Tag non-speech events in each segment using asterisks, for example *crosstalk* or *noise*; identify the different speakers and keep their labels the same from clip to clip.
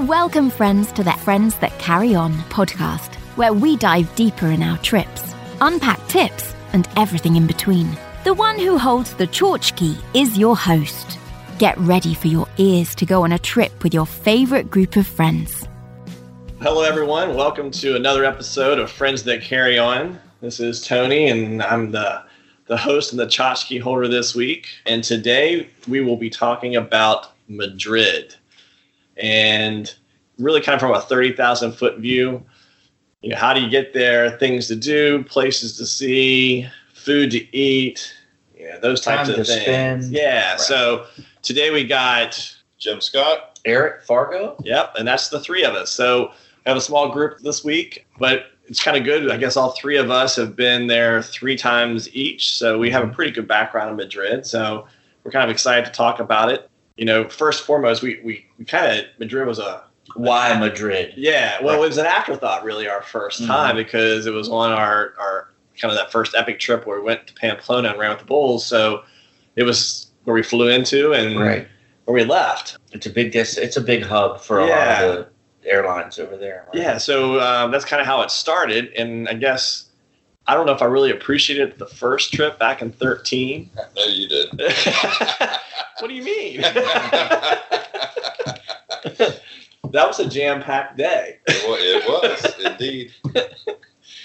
Speaker 1: Welcome, friends, to the Friends That Carry On podcast, where we dive deeper in our trips, unpack tips, and everything in between. The one who holds the torch key is your host. Get ready for your ears to go on a trip with your favorite group of friends.
Speaker 2: Hello, everyone. Welcome to another episode of Friends That Carry On. This is Tony, and I'm the the host and the tchotchke holder this week. And today we will be talking about Madrid and really kind of from a 30,000 foot view. You know, how do you get there? Things to do, places to see, food to eat, you know, those types
Speaker 3: Time
Speaker 2: of
Speaker 3: to
Speaker 2: things.
Speaker 3: spend.
Speaker 2: Yeah.
Speaker 3: Right.
Speaker 2: So today we got,
Speaker 4: Jim Scott.
Speaker 3: Eric Fargo.
Speaker 2: yep, and that's the three of us. So we have a small group this week, but it's kind of good. I guess all three of us have been there three times each. So we have a pretty good background in Madrid. So we're kind of excited to talk about it. You know, first and foremost, we, we, we kind of, Madrid was a
Speaker 3: Why Madrid?
Speaker 2: Yeah, well, it was an afterthought, really, our 1st
Speaker 3: Mhm.
Speaker 2: time because it was on our our kind of that first epic trip where we went to Pamplona and ran with the bulls. So it was where we flew into and
Speaker 3: Right.
Speaker 2: where we left.
Speaker 3: It's a big dis- It's a big hub for a lot of the airlines over there. right?
Speaker 2: Yeah, so um, that's kind of how it started, and I guess I don't know if I really appreciated it the first trip back in thirteen. *laughs*
Speaker 4: No, you did. *laughs*
Speaker 2: what do you mean? *laughs* that was a jam packed day.
Speaker 4: it was indeed.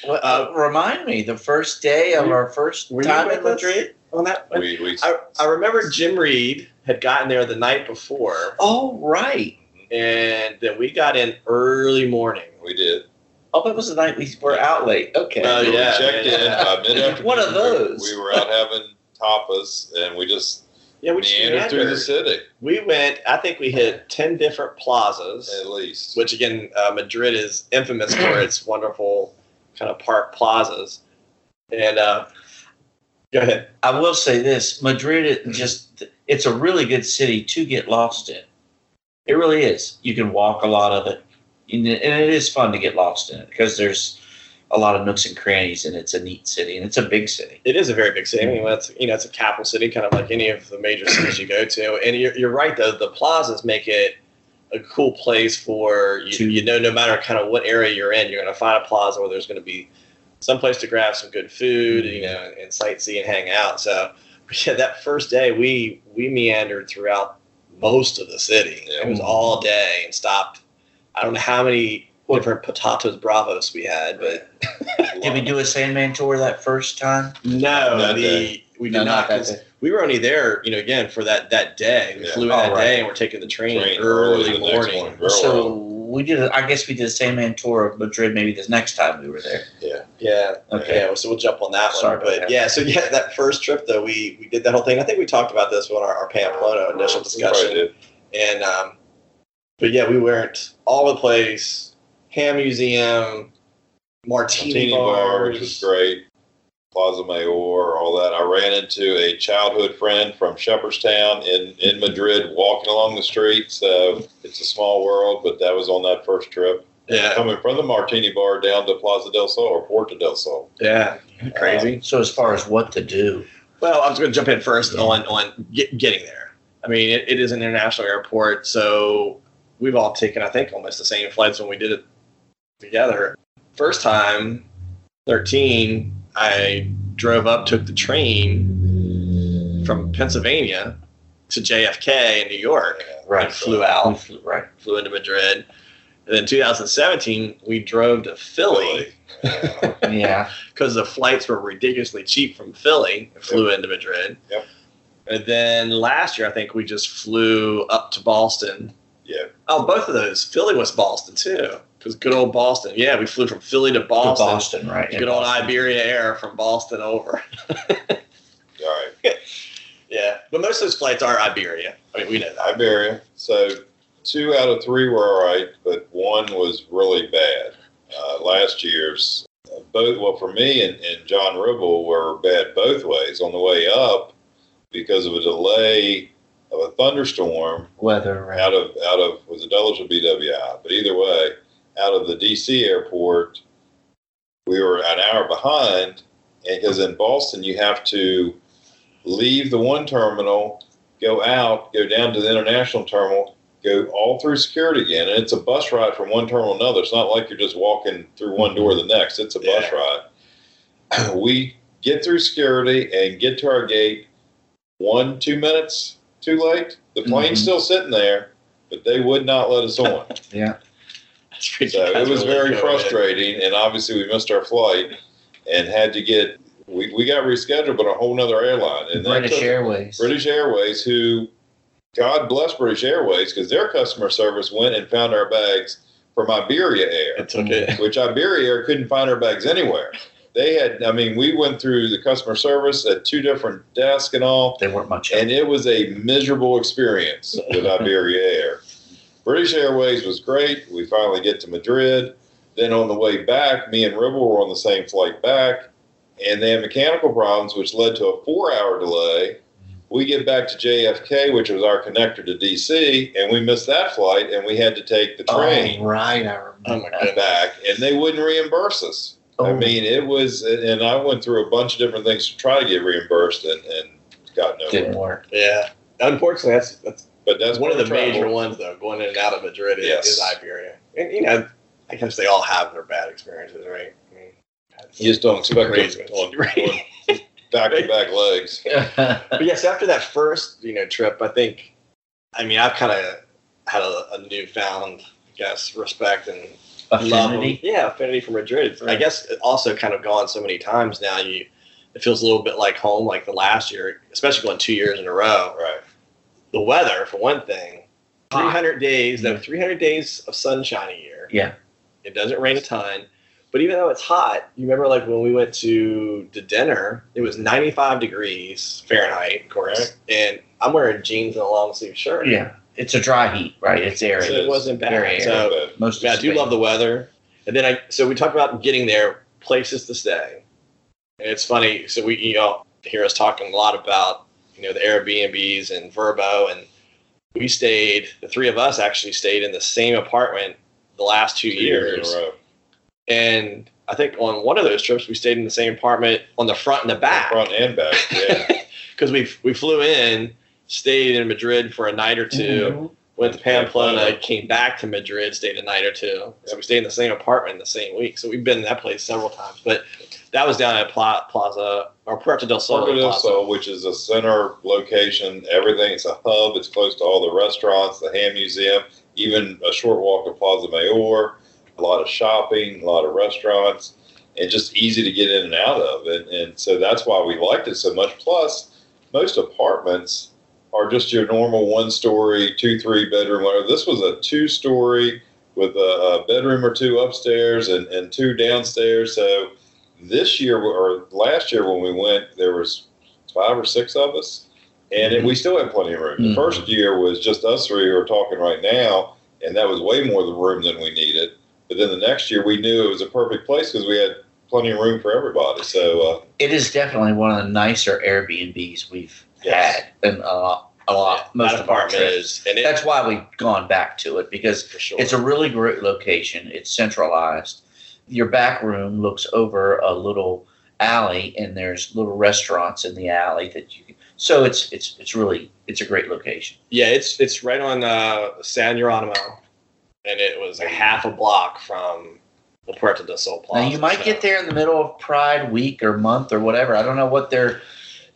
Speaker 3: Well, uh, remind me the first day of
Speaker 2: Were you-
Speaker 3: our first
Speaker 2: were you
Speaker 3: time in
Speaker 2: with us
Speaker 3: Madrid.
Speaker 2: On that,
Speaker 4: We we
Speaker 2: I, I remember Jim Reed had gotten there the night before,
Speaker 3: Oh right.
Speaker 2: and then we got in early morning.
Speaker 4: we did.
Speaker 3: Oh, that was the night we were out late. Okay.
Speaker 2: Oh,
Speaker 4: we
Speaker 2: yeah,
Speaker 4: checked
Speaker 2: yeah,
Speaker 4: in
Speaker 2: yeah.
Speaker 4: by mid afternoon.
Speaker 3: One of those.
Speaker 4: We, were out having tapas, and we just
Speaker 2: Yeah, we
Speaker 4: meandered through the
Speaker 2: meandered.
Speaker 4: city
Speaker 2: We went. I think we hit ten different plazas,
Speaker 4: at least.
Speaker 2: which again, uh, Madrid is infamous for its wonderful kind of park plazas. And uh, go ahead.
Speaker 3: I will say this: Madrid it just it's a really good city to get lost in. It really is. You can walk a lot of it, and it and it is fun to get lost in it because there's a lot of nooks and crannies, and it's a neat city, and it's a big city.
Speaker 2: It is a very big city. I mean, that's you know, it's a capital city, kind of like any of the major cities you go to. And you're, you're right, though, the plazas make it a cool place for you.
Speaker 3: To-
Speaker 2: You know, no matter kind of what area you're in, you're going to find a plaza where there's going to be some place to grab some good food, you know, and sightsee and hang out. So, *laughs* yeah, that first day we we meandered throughout most of the city. It
Speaker 4: Yeah.
Speaker 2: was all day and stopped. I don't know how many different patatos bravos we had, but
Speaker 3: Did we do a Sandman tour that first time?
Speaker 2: no,
Speaker 4: Not
Speaker 2: the,
Speaker 4: that-
Speaker 2: we did
Speaker 3: No,
Speaker 2: not.
Speaker 3: not that
Speaker 2: 'cause
Speaker 3: day.
Speaker 2: we were only there, you know, again for that that day. We
Speaker 4: Yeah.
Speaker 2: flew in
Speaker 3: Oh,
Speaker 2: that
Speaker 3: right.
Speaker 2: day, and we're taking the train,
Speaker 4: Train
Speaker 2: early,
Speaker 4: early the next
Speaker 2: morning.
Speaker 4: morning. Very
Speaker 3: so
Speaker 4: well.
Speaker 3: we did. A, I guess we did a Sandman tour of Madrid. Maybe this next time we were there.
Speaker 4: Yeah.
Speaker 2: Yeah,
Speaker 3: Okay.
Speaker 2: yeah. So we'll jump on that
Speaker 3: Sorry
Speaker 2: one.
Speaker 3: about
Speaker 2: But
Speaker 3: that.
Speaker 2: yeah, so yeah, that first trip though, we we did that whole thing. I think we talked about this on our, our Pamplona initial
Speaker 4: we probably
Speaker 2: discussion.
Speaker 4: did.
Speaker 2: And um, but yeah, we went all over the place. Ham Museum, Martini,
Speaker 4: Martini bar, which was great. Plaza Mayor, all that. I ran into a childhood friend from Shepherdstown in, in Madrid walking along the street. So it's a small world, but that was on that first trip.
Speaker 2: Yeah,
Speaker 4: Coming from the Martini bar down to Plaza del Sol or Puerto del Sol.
Speaker 2: yeah, crazy.
Speaker 3: So as far as what to do,
Speaker 2: Well, I was going to jump in first on on get, getting there. I mean, it, it is an international airport, so we've all taken, I think, almost the same flights when we did it together. First time, thirteen, I drove up, took the train from Pennsylvania to JFK in New York,
Speaker 3: right?
Speaker 2: and flew out,
Speaker 3: We flew- right.
Speaker 2: flew into Madrid, and then 2017 we drove to Philly
Speaker 4: Yeah.
Speaker 3: Yeah.
Speaker 2: because the flights were ridiculously cheap from Philly. and Flew into Madrid.
Speaker 4: Yep.
Speaker 2: And then last year, I think we just flew up to Boston.
Speaker 4: Yeah.
Speaker 2: Oh, both of those. Philly was Boston too, because good old Boston. Yeah, we flew from Philly to
Speaker 3: To
Speaker 2: Boston.
Speaker 3: Boston, right?
Speaker 2: Good old Iberia Air from Boston over. *laughs*
Speaker 4: All right.
Speaker 2: Yeah, but most of those flights are Iberia. I mean, we know that.
Speaker 4: Iberia. So two out of three were all right, but one was really bad. Uh, last year's uh, both well for me and, and John Ribble were bad both ways. On the way up, because of a delay of a thunderstorm
Speaker 3: Weather, right?
Speaker 4: out of out of was it Dulles or BWI? But either way, out of the DC airport, we were an hour behind, and because in Boston you have to leave the one terminal, go out, go down to the international terminal, go all through security again. And it's a bus ride from one terminal to another. It's not like you're just walking through one door to the next. It's a bus
Speaker 2: Yeah.
Speaker 4: ride. *clears throat* We get through security and get to our gate one, two minutes too late. The plane's
Speaker 2: Mm-hmm.
Speaker 3: Mhm.
Speaker 4: still sitting there, but they would not let
Speaker 2: *laughs*
Speaker 4: us on.
Speaker 2: That's crazy.
Speaker 4: So it
Speaker 2: That's
Speaker 4: was
Speaker 2: really
Speaker 4: very
Speaker 2: good.
Speaker 4: frustrating, and obviously we missed our flight and had to get we, we got rescheduled, but a whole nother airline and that
Speaker 3: British
Speaker 4: took-
Speaker 3: Airways.
Speaker 4: British Airways, who God bless British Airways because their customer service went and found our bags from Iberia Air,
Speaker 2: It took it.
Speaker 4: *laughs* which Iberia Air couldn't find our bags anywhere. They had, I mean, we went through the customer service at two different desks and all
Speaker 3: They weren't much. help.
Speaker 4: and it was a miserable experience
Speaker 3: *laughs*
Speaker 4: with Iberia Air. British Airways was great. We finally get to Madrid. Then on the way back, me and Rebel were on the same flight back, and they had mechanical problems, which led to a four-hour delay. We get back to JFK, which was our connector to DC, and we missed that flight, and we had to take the train
Speaker 3: Oh, right, I remember.
Speaker 2: Oh my
Speaker 3: that.
Speaker 2: goodness.
Speaker 4: back, and they wouldn't reimburse us. I
Speaker 3: Oh,
Speaker 4: mean, it was, and I went through a bunch of different things to try to get reimbursed, and, and got nowhere.
Speaker 3: didn't
Speaker 2: *laughs*
Speaker 3: work.
Speaker 2: Yeah. Unfortunately, that's that's
Speaker 4: But that's
Speaker 2: one of the
Speaker 4: part travel.
Speaker 2: major ones though. Going in and out of Madrid is,
Speaker 4: Yes.
Speaker 2: is Iberia, and you know, I guess they all have their bad experiences, right? I mean, that's-
Speaker 4: You just don't expect
Speaker 2: Crazy.
Speaker 4: it on
Speaker 2: Right.
Speaker 4: back to back legs.
Speaker 2: but yes, after that first you know trip, I think, I mean, I've kind of had a, a newfound, I guess, respect and love of-
Speaker 3: *laughs* Affinity.
Speaker 2: yeah, affinity for Madrid. I
Speaker 3: Right.
Speaker 2: guess it also kind of gone so many times now. You, it feels a little bit like home, like the last year, especially going two years in a row.
Speaker 4: Right.
Speaker 2: The weather, for one thing,
Speaker 3: Hot.
Speaker 2: three hundred days. No,
Speaker 3: Yeah.
Speaker 2: three hundred days of sunshine a year.
Speaker 3: Yeah.
Speaker 2: It doesn't rain a ton. But even though it's hot, you remember like when we went to to dinner, it was 95 degrees Fahrenheit, of course.
Speaker 4: Right.
Speaker 2: And I'm wearing jeans and a long sleeve shirt.
Speaker 3: Yeah. It's a dry heat, right? It's
Speaker 2: So
Speaker 3: arid.
Speaker 2: it wasn't bad.
Speaker 3: Very
Speaker 2: so
Speaker 3: airy.
Speaker 4: But
Speaker 3: Most
Speaker 2: yeah, I
Speaker 3: of
Speaker 2: do
Speaker 3: Spain.
Speaker 2: love the weather. And then I so we talked about getting there, places to stay. And it's funny, so we you all hear us talking a lot about, you know, the Airbnbs and Verbo and we stayed the three of us actually stayed in the same apartment the last two, years.
Speaker 4: in a row.
Speaker 2: And I think on one of those trips we stayed in the same apartment on the front and the back
Speaker 4: Front and back.
Speaker 2: *laughs*
Speaker 4: Yeah.
Speaker 2: because we we flew in, stayed in Madrid for a night or 2
Speaker 3: Mhm.
Speaker 2: went to Pamplona,
Speaker 4: Pamplona.
Speaker 2: came back to Madrid, stayed a night or two. So we stayed in the same apartment the same week. So we've been in that place several times. But that was down at Pla- Plaza or Puerto del Sol.
Speaker 4: Puerto del
Speaker 2: Plaza.
Speaker 4: Sol, which is a center location, everything. It's a hub. It's close to all the restaurants, the Ham Museum, even a short walk to Plaza Mayor, a lot of shopping, a lot of restaurants, and just easy to get in and out of. And, and so that's why we liked it so much. Plus, most apartments are just your normal one story, two, three bedroom, whatever. This was a two story with a, a bedroom or two upstairs and, and two downstairs. So this year or last year when we went, there was five or six of us, and it, we still had plenty of room. The
Speaker 3: Mhm.
Speaker 4: first year was just us three who are talking right now, and that was way more the room than we needed. But then the next year, we knew it was a perfect place because we had plenty of room for everybody. So uh,
Speaker 3: It is definitely one of the nicer Airbnbs we've
Speaker 4: Yes.
Speaker 3: had in a lot, a lot
Speaker 2: Yeah,
Speaker 3: most
Speaker 2: that
Speaker 3: of our
Speaker 2: apartment
Speaker 3: trips.
Speaker 2: is, and it,
Speaker 3: That's why we've gone back to it because
Speaker 2: for sure.
Speaker 3: It's a really great location. It's centralized. Your back room looks over a little alley, and there's little restaurants in the alley that you. Can, so it's it's it's really it's a great location.
Speaker 2: yeah, it's it's right on uh, San Geronimo, and it was a half a block from the Puerto del Sol Plaza.
Speaker 3: now you might
Speaker 2: So-
Speaker 3: get there in the middle of Pride week or month or whatever. I don't know what they're.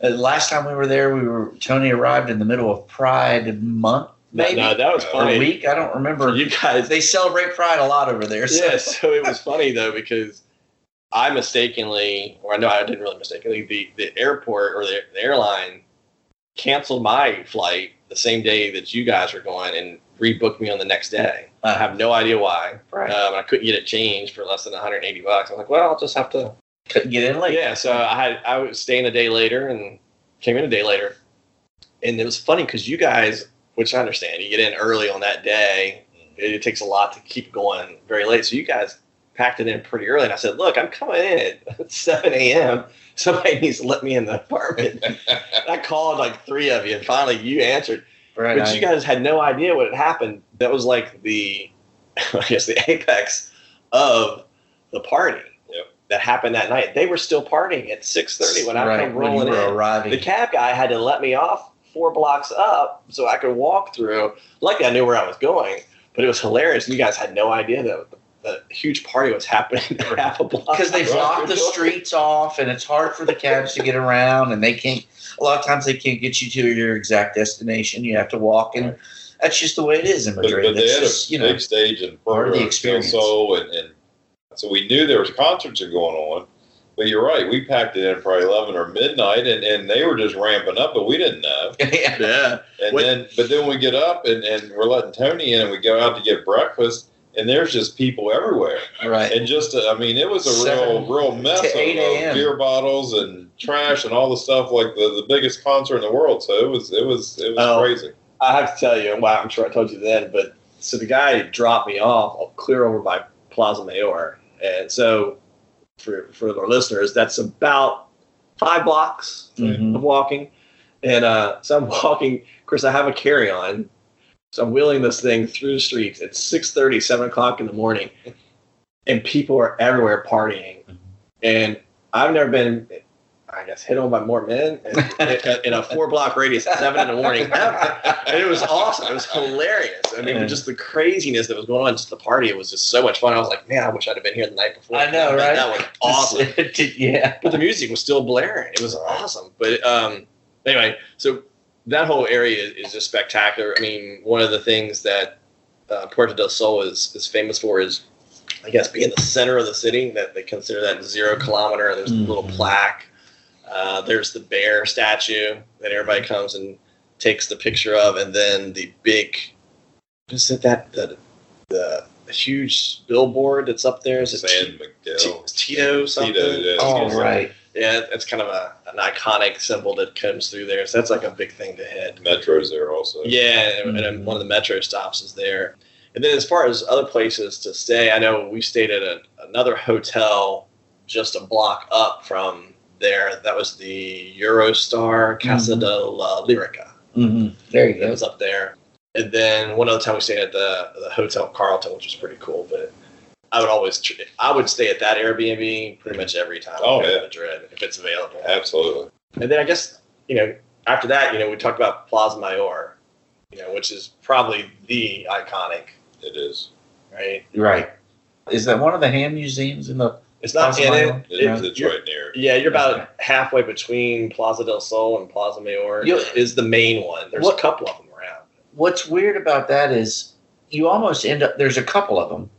Speaker 3: Uh, last time we were there, we were Tony arrived in the middle of Pride month,
Speaker 2: No,
Speaker 3: maybe
Speaker 2: no, that was
Speaker 4: Or
Speaker 3: or
Speaker 2: funny.
Speaker 3: week. I don't remember.
Speaker 2: You
Speaker 3: *laughs*
Speaker 2: guys,
Speaker 3: They celebrate Pride a lot over there. So.
Speaker 2: yeah, so it was funny though because I mistakenly, or I know I didn't really mistakenly, the, the airport or the, the airline canceled my flight the same day that you guys were going and rebooked me on the next day. I
Speaker 3: Uh,
Speaker 2: have no idea why.
Speaker 3: Right.
Speaker 2: Um, I couldn't get it changed for less than 180 bucks. I'm like, well, I'll just have to.
Speaker 3: couldn't get in late.
Speaker 2: yeah, so I had I was staying a day later and came in a day later, and it was funny because you guys, which I understand, you get in early on that day it, it takes a lot to keep going very late. So you guys packed it in pretty early, and I said, "Look, I'm coming in at *laughs* 7 a.m. Somebody needs to let me in the apartment." And I called like three of you, and finally you answered.
Speaker 3: Right,
Speaker 2: But
Speaker 3: I-
Speaker 2: you guys had no idea what had happened. That was like the, *laughs* I guess, the apex of the party
Speaker 4: Yep.
Speaker 2: that happened that night. They were still partying at 6:30 when I
Speaker 3: right,
Speaker 2: come
Speaker 3: when you
Speaker 2: rolling
Speaker 3: were
Speaker 2: in.
Speaker 3: arriving.
Speaker 2: The cab guy had to let me off four blocks up so I could walk through. Luckily, I knew where I was going, but it was hilarious. You guys had no idea that the huge party was happening *laughs* half a block *laughs*
Speaker 3: because they block the streets off and it's hard for the cabs to get around and they can't a lot of times they can't get you to your exact destination you have to walk and that's just the way it is in
Speaker 4: But,
Speaker 3: madrid
Speaker 4: but they
Speaker 3: that's
Speaker 4: had
Speaker 3: just
Speaker 4: a
Speaker 3: you know
Speaker 4: big stage in
Speaker 3: part of the
Speaker 4: Puerto
Speaker 3: experience.
Speaker 4: Soul, and, and so we knew there was concerts are going on. But you're right, we packed it in for eleven or midnight, and, and they were just ramping up, but we didn't know.
Speaker 3: *laughs* yeah.
Speaker 2: Yeah.
Speaker 4: And
Speaker 2: What-
Speaker 4: then, but then we get up and, and we're letting Tony in, and we go out to get breakfast, and there's just people everywhere,
Speaker 3: right
Speaker 4: and just uh, I mean, it was a
Speaker 3: Seven
Speaker 4: real real mess
Speaker 3: to
Speaker 4: of,
Speaker 3: 8
Speaker 4: of
Speaker 3: a.m..
Speaker 4: beer bottles and trash and all the stuff like the, the biggest concert in the world. So it was it was it was
Speaker 2: Oh.
Speaker 4: crazy.
Speaker 2: I have to tell you, wow, I'm sure I told you then, but so the guy dropped me off clear over by Plaza Mayor. And so for for our listeners, that's about five blocks
Speaker 3: Mhm.
Speaker 2: of walking. And uh, so I'm *laughs* walking, of course I have a carry on. So I'm wheeling this thing through the streets. It's 6:30, 7 o'clock in the morning, and people are everywhere partying. And I've never been I guess hit on by more men in, in- in a four block radius at seven in the
Speaker 3: *laughs*
Speaker 2: morning ever and *laughs* it was awesome. It was hilarious. I mean,
Speaker 3: Yeah.
Speaker 2: just the craziness that was going on, just the party. It was just so much fun. I was like, man, I wish I'd have been here the night before.
Speaker 3: I
Speaker 2: That-
Speaker 3: know, right?
Speaker 2: That was
Speaker 3: *laughs*
Speaker 2: awesome.
Speaker 3: yeah
Speaker 2: but the music was still blaring. It was awesome. But um, anyway, so that whole area is, is just spectacular. I mean, one of the things that uh, Puerto del Sol is is famous for is, I guess, being the center of the city. That they consider that zero kilometer. There's a little
Speaker 3: Mhm.
Speaker 2: plaque. Uh, there's the bear statue that everybody comes and takes the picture of, and then the big, is it that the the huge billboard that's up there? Is it
Speaker 4: San
Speaker 2: T-
Speaker 4: Miguel.
Speaker 2: Tito something?
Speaker 4: yeah.
Speaker 3: all
Speaker 4: Excuse me.
Speaker 3: right
Speaker 2: Yeah, it's kind of a, an iconic symbol that comes through there. So that's like a big thing to hit.
Speaker 4: Metro's there also.
Speaker 2: Yeah, and,
Speaker 4: Mm-hmm.
Speaker 2: and one of the metro stops is there. And then as far as other places to stay, I know we stayed at a, another hotel just a block up from there. That was the Eurostar Casa
Speaker 4: Mm-hmm.
Speaker 2: de la Lyrica.
Speaker 3: hmm there you
Speaker 2: That
Speaker 3: go
Speaker 2: was up there. And then one other time we stayed at the, the Hotel Carlton, which was pretty cool. But I would always, tr- I would stay at that Airbnb pretty much every time
Speaker 4: Oh,
Speaker 2: I go
Speaker 4: yeah.
Speaker 2: to Madrid if it's available.
Speaker 4: Absolutely.
Speaker 2: And then I guess, you know, after that, you know, we talked about Plaza Mayor, you know, which is probably the iconic,
Speaker 4: It is.
Speaker 2: right?
Speaker 3: right is that one of the hand museums in the
Speaker 2: It's not
Speaker 3: Plaza
Speaker 2: in
Speaker 3: Mayor?
Speaker 2: it.
Speaker 4: It
Speaker 2: It-
Speaker 4: is. It's
Speaker 2: you're-
Speaker 4: right near.
Speaker 2: Yeah, you're about
Speaker 3: Okay.
Speaker 2: halfway between Plaza del Sol and Plaza Mayor
Speaker 3: You-
Speaker 2: is the main one. There's
Speaker 3: What-
Speaker 2: a couple of them around.
Speaker 3: what's weird about that is you almost end up there's a couple of them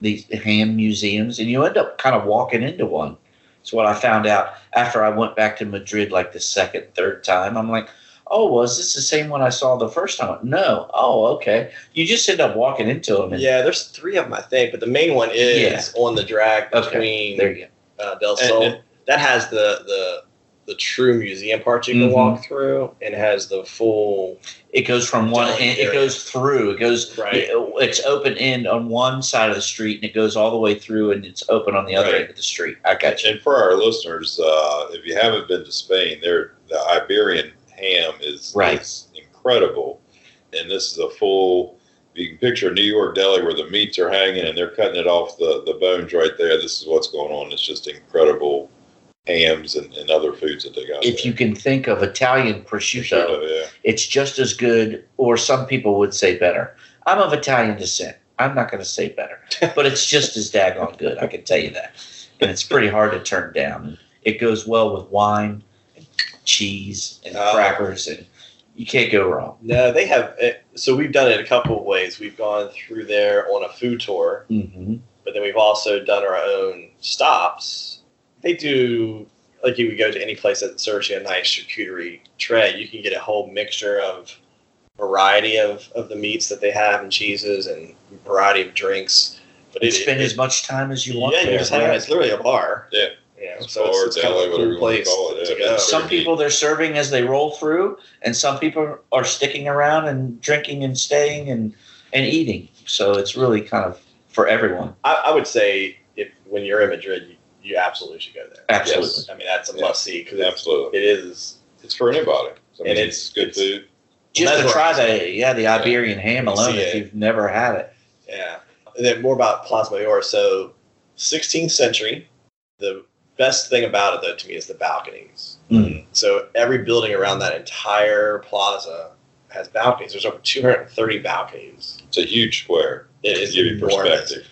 Speaker 3: these ham museums and you end up kind of walking into one it's what i found out after i went back to madrid like the second third time i'm like oh well is this the same one i saw the first time no oh okay you just end up walking into them and
Speaker 2: Yeah, there's three of them, I think, but the main one is
Speaker 3: Yeah.
Speaker 2: on the drag
Speaker 3: Okay.
Speaker 2: between
Speaker 3: there you
Speaker 2: uh, Del
Speaker 4: And-
Speaker 2: Sol.
Speaker 4: and-
Speaker 2: that has the, the the true museum part you can
Speaker 3: Mhm.
Speaker 2: walk through and has the full
Speaker 3: go it goes from one
Speaker 2: Don't
Speaker 3: end
Speaker 2: do
Speaker 3: it
Speaker 2: it.
Speaker 3: goes through it goes
Speaker 2: right.
Speaker 3: it's open end on one side of the street and it goes all the way through and it's open on the other
Speaker 4: Right.
Speaker 3: end of the street i got you
Speaker 4: And for our listeners, uh, if you haven't been to Spain, there the Iberian ham is,
Speaker 3: Right.
Speaker 4: is incredible. And this is a full. You can picture New York deli where the meats are hanging and they're cutting it off the, the bones right there. This is what's going on. It's just incredible hams and, and other foods that they got.
Speaker 3: if
Speaker 4: there.
Speaker 3: you can think of italian prosciutto
Speaker 4: yeah.
Speaker 3: it's just as good, or some people would say better. I'm of Italian descent. I'm not going to say
Speaker 2: *laughs*
Speaker 3: better, but it's just as daggone good. I can tell you that. And it's pretty hard to turn down. It goes well with wine, and cheese, and
Speaker 2: Oh.
Speaker 3: crackers, and you can't go wrong.
Speaker 2: No, they have. eh, So we've done it a couple of ways. We've gone through there on a food tour,
Speaker 3: hmm
Speaker 2: but then we've also done our own stops. They do like you would go to any place that serves you a nice charcuterie tray. You can get a whole mixture of variety of, of the meats that they have and cheeses and variety of drinks. But
Speaker 3: You
Speaker 2: it,
Speaker 3: spend
Speaker 2: it-
Speaker 3: as much time as you want.
Speaker 2: yeah, you
Speaker 3: there,
Speaker 2: just hang out.
Speaker 3: right?
Speaker 2: It's literally a bar.
Speaker 4: Yeah.
Speaker 2: Yeah,
Speaker 4: It's
Speaker 2: so
Speaker 4: bar,
Speaker 2: it's, it's kind of
Speaker 4: deli,
Speaker 2: a
Speaker 4: whatever
Speaker 2: cool
Speaker 4: you wanna
Speaker 2: place
Speaker 4: call it,
Speaker 2: to
Speaker 4: yeah.
Speaker 2: go.
Speaker 4: It's-
Speaker 3: Some people they're serving as they roll through, and some people are sticking around and drinking and staying and, and eating. So it's really kind of for everyone.
Speaker 2: I, I would say if when you're in Madrid, you, you absolutely should go there.
Speaker 3: Absolutely.
Speaker 4: Yes.
Speaker 2: I mean, that's a
Speaker 4: Yeah.
Speaker 2: must see because
Speaker 4: Absolutely.
Speaker 2: it is.
Speaker 4: It's for anybody. I mean,
Speaker 2: And it's-
Speaker 4: it's, good
Speaker 2: it's-
Speaker 4: food.
Speaker 3: just to
Speaker 2: Mesmerized.
Speaker 3: try that, yeah, the Iberian ham
Speaker 2: You
Speaker 3: alone.
Speaker 2: see
Speaker 3: If
Speaker 2: it.
Speaker 3: you've never had it,
Speaker 2: Yeah. And then more about Plaza Mayor. So, 16th century, the best thing about it, though, to me, is the balconies.
Speaker 3: Mm.
Speaker 2: So every building around that entire plaza has balconies. There's over 230 balconies.
Speaker 4: It's a huge square.
Speaker 2: It
Speaker 4: To
Speaker 2: is
Speaker 4: give you
Speaker 2: enormous.
Speaker 4: perspective.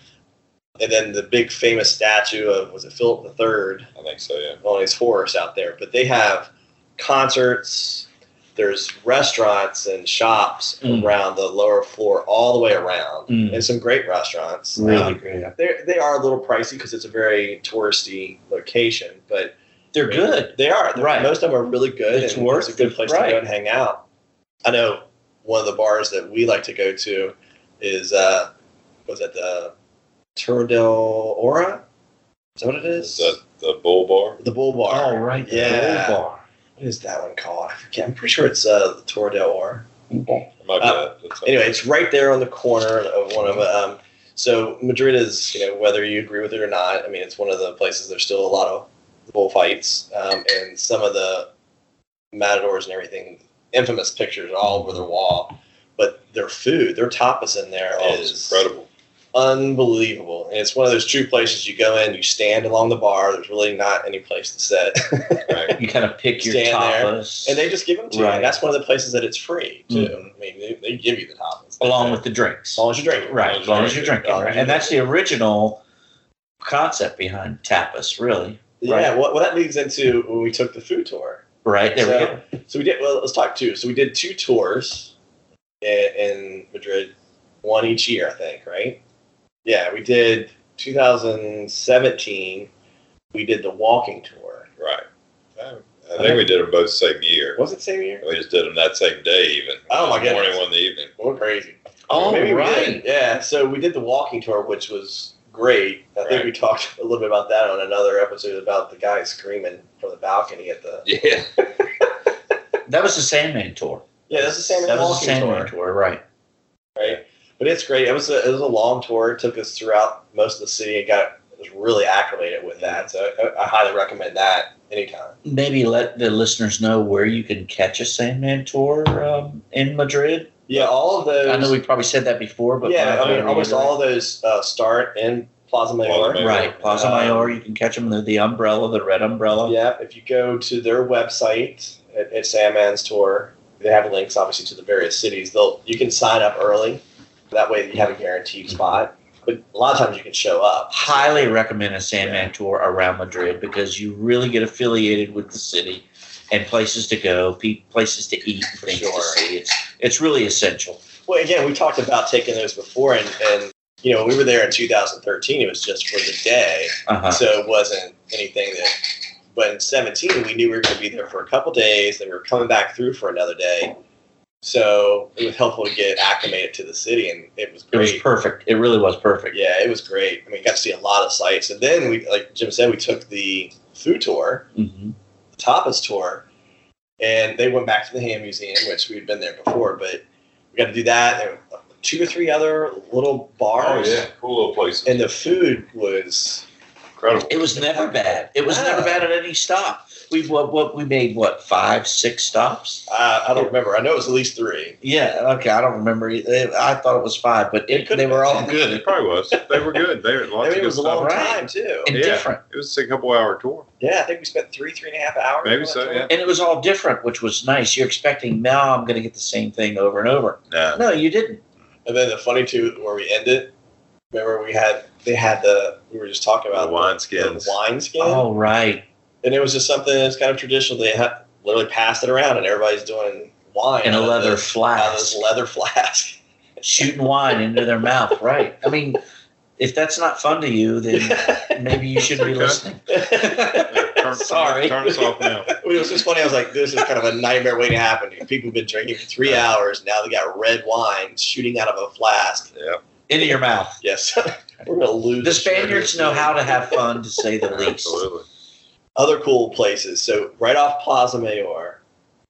Speaker 2: And then the big famous statue of was it Philip III
Speaker 4: I think so. Yeah.
Speaker 2: on his horse out there. But they have concerts. There's restaurants and shops
Speaker 3: Mm.
Speaker 2: around the lower floor, all the way around,
Speaker 3: Mm.
Speaker 2: and some great restaurants.
Speaker 3: Really
Speaker 2: Um,
Speaker 3: great.
Speaker 2: they're, they are a little pricey because it's a very touristy location, but
Speaker 3: They're good.
Speaker 2: they are. They're-
Speaker 3: Right.
Speaker 2: Most of them are really good.
Speaker 3: It's
Speaker 2: and
Speaker 3: worth
Speaker 2: It's a good
Speaker 3: it,
Speaker 2: place to
Speaker 3: right.
Speaker 2: go and hang out. I know one of the bars that we like to go to is, uh, was it the Tour del Ora? Is that what it is?
Speaker 4: Is that the bull bar?
Speaker 2: the Bull Bar.
Speaker 3: All Oh, right. the
Speaker 2: Yeah.
Speaker 3: old bar.
Speaker 2: What is that one called? I forget. I'm pretty sure it's uh, the Tour del Ora.
Speaker 4: It might be
Speaker 2: Uh,
Speaker 4: that. It's a-
Speaker 2: anyway, it's right there on the corner of one of um. So Madrid is, you know, whether you agree with it or not, I mean, it's one of the places there's still a lot of bullfights, um, and some of the matadors and everything, infamous pictures all over their wall. But their food, their tapas in there
Speaker 4: Oh,
Speaker 2: is
Speaker 4: it's incredible.
Speaker 2: unbelievable, and it's one of those true places you go in, you stand along the bar. There's really not any place to
Speaker 4: *laughs*
Speaker 2: sit,
Speaker 4: Right.
Speaker 3: You kind of pick your
Speaker 2: Stand there,
Speaker 3: tapas
Speaker 2: and they just give them to you.
Speaker 3: Right.
Speaker 2: And that's one of the places that it's free too.
Speaker 4: Mm.
Speaker 2: I mean, they, they give you the tapas
Speaker 3: along with the drinks.
Speaker 2: as long as you drink it.
Speaker 3: Right, as long as you're drinking.
Speaker 2: As long as
Speaker 3: Right?
Speaker 2: you're
Speaker 3: And that's the original concept behind tapas, really.
Speaker 2: Yeah, well, well, that leads into when we took the food tour.
Speaker 3: Right? There we go.
Speaker 2: So we did, well, let's talk two. So we did two tours in, in Madrid, one each year, I think, right? Yeah, we did 2017, we did the walking tour. *laughs*
Speaker 4: Right. I I think we did them both same year.
Speaker 2: Was it same year?
Speaker 4: We just did them that same day, even.
Speaker 2: Oh, my
Speaker 4: One in the
Speaker 2: goodness.
Speaker 4: Morning, one in the evening.
Speaker 2: We're crazy.
Speaker 3: Oh,
Speaker 2: Maybe we
Speaker 3: right.
Speaker 2: did. Yeah, so we did the walking tour, which was great. I think
Speaker 4: Right.
Speaker 2: we talked *laughs* a little bit about that on another episode about the guy screaming from the balcony at the.
Speaker 4: Yeah.
Speaker 3: That was the Sandman tour.
Speaker 2: Yeah, that's the same
Speaker 3: That was the
Speaker 2: walking tour.
Speaker 3: Sandman tour, right.
Speaker 2: right? But it's great. It was a, it was a long tour. It took us throughout most of the city. and got was really acclimated with that. So I, I highly recommend that anytime.
Speaker 3: Maybe let the listeners know where you can catch a Sandman tour um, in Madrid.
Speaker 2: Yeah, all of those.
Speaker 3: I know we probably said that before, but
Speaker 2: yeah, I mean, almost
Speaker 3: all.
Speaker 2: all of those uh, start in Plaza
Speaker 4: Plaza
Speaker 2: Mayor.
Speaker 4: Mayor.
Speaker 3: Right, Plaza
Speaker 2: Um,
Speaker 3: Mayor. You can catch them. They're the umbrella, the red umbrella.
Speaker 2: Yeah, if you go to their website at, at Sandman's Tour, they have links obviously to the various cities. They'll you can sign up early. That way you have a guaranteed spot. But a lot of times you can show up.
Speaker 3: Highly recommend a Sandman tour around Madrid because you really get affiliated with the city and places to go, pe- places to eat, and things
Speaker 2: sure.
Speaker 3: to see. It's it's really essential.
Speaker 2: Well, again, we talked about taking those before, and, and you know, we were there in 2013. It was just for the day,
Speaker 3: Uh-huh.
Speaker 2: so it wasn't anything that. But in 17, we knew we were going to be there for a couple days, and we were coming back through for another day. So it was helpful to get acclimated to the city, and it was
Speaker 3: It was
Speaker 2: great.
Speaker 3: perfect. It really was perfect.
Speaker 2: yeah, it was great. I mean, got to see a lot of sights, and then we, like Jim said, we took the food tour,
Speaker 3: hmm
Speaker 2: the tapas tour, and they went back to the Ham Museum, which we'd been there before, but we got to do that. There were uh, two or three other little
Speaker 4: Oh,
Speaker 2: bars,
Speaker 4: yeah. Cool little places.
Speaker 2: and the food was
Speaker 4: Incredible.
Speaker 3: It was never bad. It was
Speaker 2: No.
Speaker 3: never bad at any stop. We what, what we made what five six stops.
Speaker 2: uh, I, I don't remember. I know it was at least three.
Speaker 3: Yeah. Okay. I don't remember. e, I thought it was five, but it,
Speaker 2: could
Speaker 3: they
Speaker 2: have
Speaker 3: were
Speaker 2: been.
Speaker 3: all good.
Speaker 4: It probably was. They were good. They were
Speaker 2: I
Speaker 4: lots
Speaker 2: mean,
Speaker 4: of
Speaker 2: it
Speaker 4: good
Speaker 2: was a long
Speaker 4: stuff.
Speaker 3: Right.
Speaker 2: time too.
Speaker 3: and
Speaker 4: Yeah.
Speaker 3: different.
Speaker 4: It was a couple hour tour.
Speaker 2: Yeah, I think we spent three, three and a half hours.
Speaker 4: Maybe
Speaker 2: on that
Speaker 4: so,
Speaker 2: tour.
Speaker 4: yeah.
Speaker 3: and it was all different, which was nice. You're expecting now I'm going to get the same thing over and over.
Speaker 4: No.
Speaker 3: No, you didn't.
Speaker 2: And then the funny two where we ended. Remember, we had they had the we were just talking about
Speaker 4: The wineskins.
Speaker 2: the wine skin,
Speaker 3: Oh, right.
Speaker 2: and it was just something that's kind of traditional. They had literally passed it around, and everybody's doing wine
Speaker 3: In a
Speaker 2: out of
Speaker 3: leather
Speaker 2: this- out of
Speaker 3: flask,
Speaker 2: Uh, this leather flask.
Speaker 3: shooting wine into their mouth. Right. I mean, if that's not fun to you, then maybe you shouldn't be
Speaker 4: Okay.
Speaker 3: listening.
Speaker 2: *laughs*
Speaker 4: Turn,
Speaker 3: Sorry.
Speaker 4: Turn us off now.
Speaker 2: Well, *laughs* It was just funny. I was like, this is kind of a nightmare waiting to happen. People have been drinking for three hours. Now they got red wine shooting out of a flask.
Speaker 4: Yeah.
Speaker 3: Into your mouth.
Speaker 2: Yes. *laughs* We're going to lose.
Speaker 3: The Spaniards know how to have fun, to say the least.
Speaker 4: Absolutely.
Speaker 2: Other cool places. So, right off Plaza Mayor,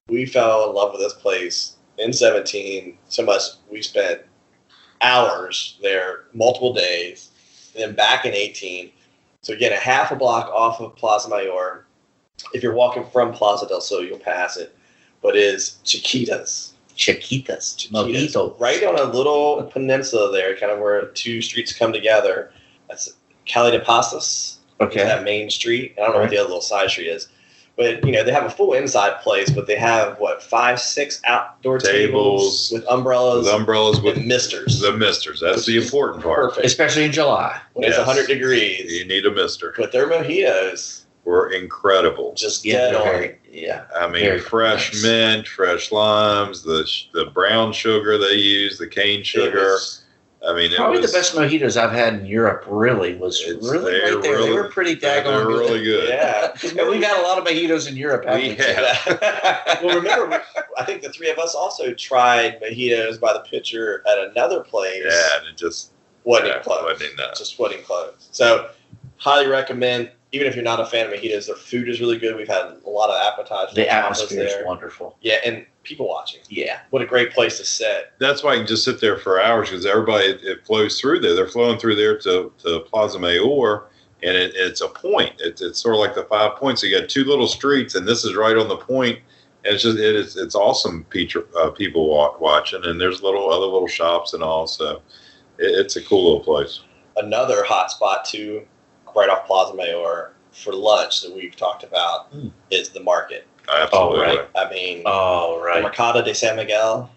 Speaker 2: we fell in love with this place in 17 so much we spent hours there, multiple days, and then back in 18. So, again, a half a block off of Plaza Mayor. If you're walking from Plaza del Sol, you'll pass it, but is Chiquitas.
Speaker 3: Chiquitas.
Speaker 2: Cheetahs.
Speaker 3: Mojito.
Speaker 2: Right on a little peninsula there, kind of where two streets come together. That's Cali de Pasas
Speaker 3: Okay.
Speaker 2: that main street. I don't know what the other little side street is, but you know they have a full inside place, but they have what five, six outdoor tables,
Speaker 4: Tables.
Speaker 2: with umbrellas
Speaker 4: The umbrellas
Speaker 2: *laughs*
Speaker 4: with
Speaker 2: and misters.
Speaker 4: the misters. That's the important part.
Speaker 2: Perfect
Speaker 3: Especially in July.
Speaker 2: when it's it's
Speaker 4: Yes.
Speaker 2: hundred degrees.
Speaker 4: You need a mister.
Speaker 2: But their mojitos
Speaker 4: Were incredible.
Speaker 2: just
Speaker 3: Yeah.
Speaker 2: dead
Speaker 3: they're
Speaker 2: on.
Speaker 3: very- yeah.
Speaker 4: I mean,
Speaker 3: Very
Speaker 4: fresh
Speaker 3: nice.
Speaker 4: mint, fresh limes, the sh- the brown sugar they use, the cane
Speaker 2: It
Speaker 4: sugar.
Speaker 2: was-
Speaker 4: I mean, it
Speaker 3: Probably
Speaker 4: was,
Speaker 3: the best mojitos I've had in Europe. Really was
Speaker 4: It's-
Speaker 3: really
Speaker 4: they're
Speaker 3: right there.
Speaker 4: really-
Speaker 3: they were pretty
Speaker 4: They're
Speaker 3: daggone good.
Speaker 4: really
Speaker 2: *laughs*
Speaker 4: good.
Speaker 2: yeah.
Speaker 3: And we've had a lot of mojitos in Europe. haven't
Speaker 4: We
Speaker 3: we?
Speaker 2: have. well, remember, I think the three of us also tried mojitos by the pitcher at another place.
Speaker 4: Yeah, and it just
Speaker 2: wasn't
Speaker 4: yeah,
Speaker 2: even close.
Speaker 4: wasn't enough.
Speaker 2: Just wasn't close. So, highly recommend. Even if you're not a fan of mojitos, their food is really good. We've had a lot of appetizers.
Speaker 3: The
Speaker 2: and tapas
Speaker 3: atmosphere is wonderful.
Speaker 2: Yeah, and people watching.
Speaker 3: Yeah.
Speaker 2: What a great place to sit.
Speaker 4: that's why you can just sit there for hours because everybody it, it flows through there. They're flowing through there to, to Plaza Mayor, and it, it's a point. It's it's sort of like the five points. You got two little streets, and this is right on the point. And it's just it is it's awesome. Peter, uh, people wa- watching, and there's little other little shops and all. So it, it's a cool little place.
Speaker 2: Another hot spot too, right off Plaza Mayor for lunch that we've talked about
Speaker 3: Mm.
Speaker 2: is the market.
Speaker 4: Absolutely.
Speaker 3: right.
Speaker 2: I mean,
Speaker 3: Oh,
Speaker 2: the
Speaker 3: right.
Speaker 2: Mercado de San Miguel,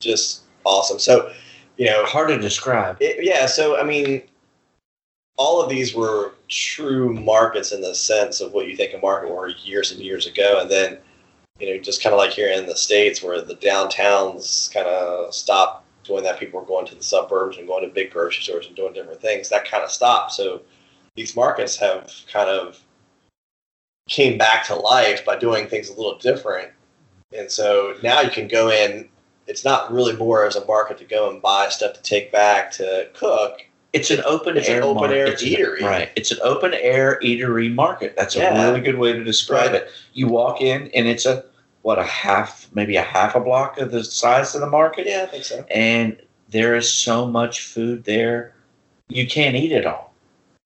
Speaker 2: just awesome. So, you know,
Speaker 3: Hard to describe.
Speaker 2: It, yeah, so I mean, all of these were true markets in the sense of what you think a market were years and years ago, and then you know just kind of like here in the states where the downtowns kind of stopped doing that. People were going to the suburbs and going to big grocery stores and doing different things. That kind of stopped. So these markets have kind of came back to life by doing things a little different. And so now you can go in. It's not really more as a market to go and buy stuff to take back to cook.
Speaker 3: It's an open
Speaker 2: It's an
Speaker 3: air
Speaker 2: open
Speaker 3: mar-
Speaker 2: air
Speaker 3: it's an-
Speaker 2: eatery.
Speaker 3: right. It's an open air eatery market. That's
Speaker 2: Yeah.
Speaker 3: a really good way to describe
Speaker 2: Right.
Speaker 3: it. You walk in and it's a what a half maybe a half a block of the size of the market.
Speaker 2: Yeah, I think so.
Speaker 3: And there is so much food there you can't eat it all.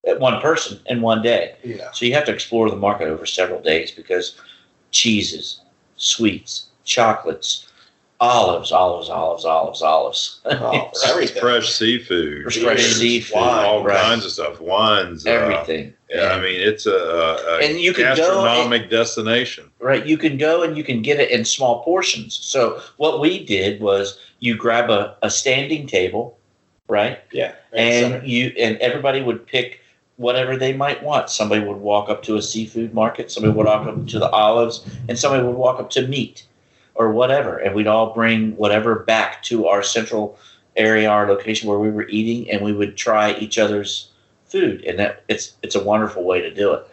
Speaker 3: At one person in one day.
Speaker 2: *laughs* Yeah.
Speaker 3: So you have to explore the market over several days because cheeses, sweets, chocolates, olives, olives, olives, olives, olives.
Speaker 2: Oh,
Speaker 3: Right.
Speaker 2: everything.
Speaker 4: Fresh seafood,
Speaker 3: Fresh
Speaker 2: Beers,
Speaker 3: seafood,
Speaker 2: wine,
Speaker 4: all
Speaker 3: right.
Speaker 4: kinds of stuff, wines, uh,
Speaker 3: Everything.
Speaker 4: yeah, I mean, it's a, a, a
Speaker 3: And you could go
Speaker 4: gastronomic destination.
Speaker 3: right you can go and you can get it in small portions so what we did was you grab a, a standing table right
Speaker 2: Yeah. right,
Speaker 3: and
Speaker 2: center.
Speaker 3: you and everybody would pick whatever they might want somebody would walk up to a seafood market somebody would walk up to the olives and somebody would walk up to meat or whatever and we'd all bring whatever back to our central area our location where we were eating and we would try each other's food and that it's it's a wonderful way to do it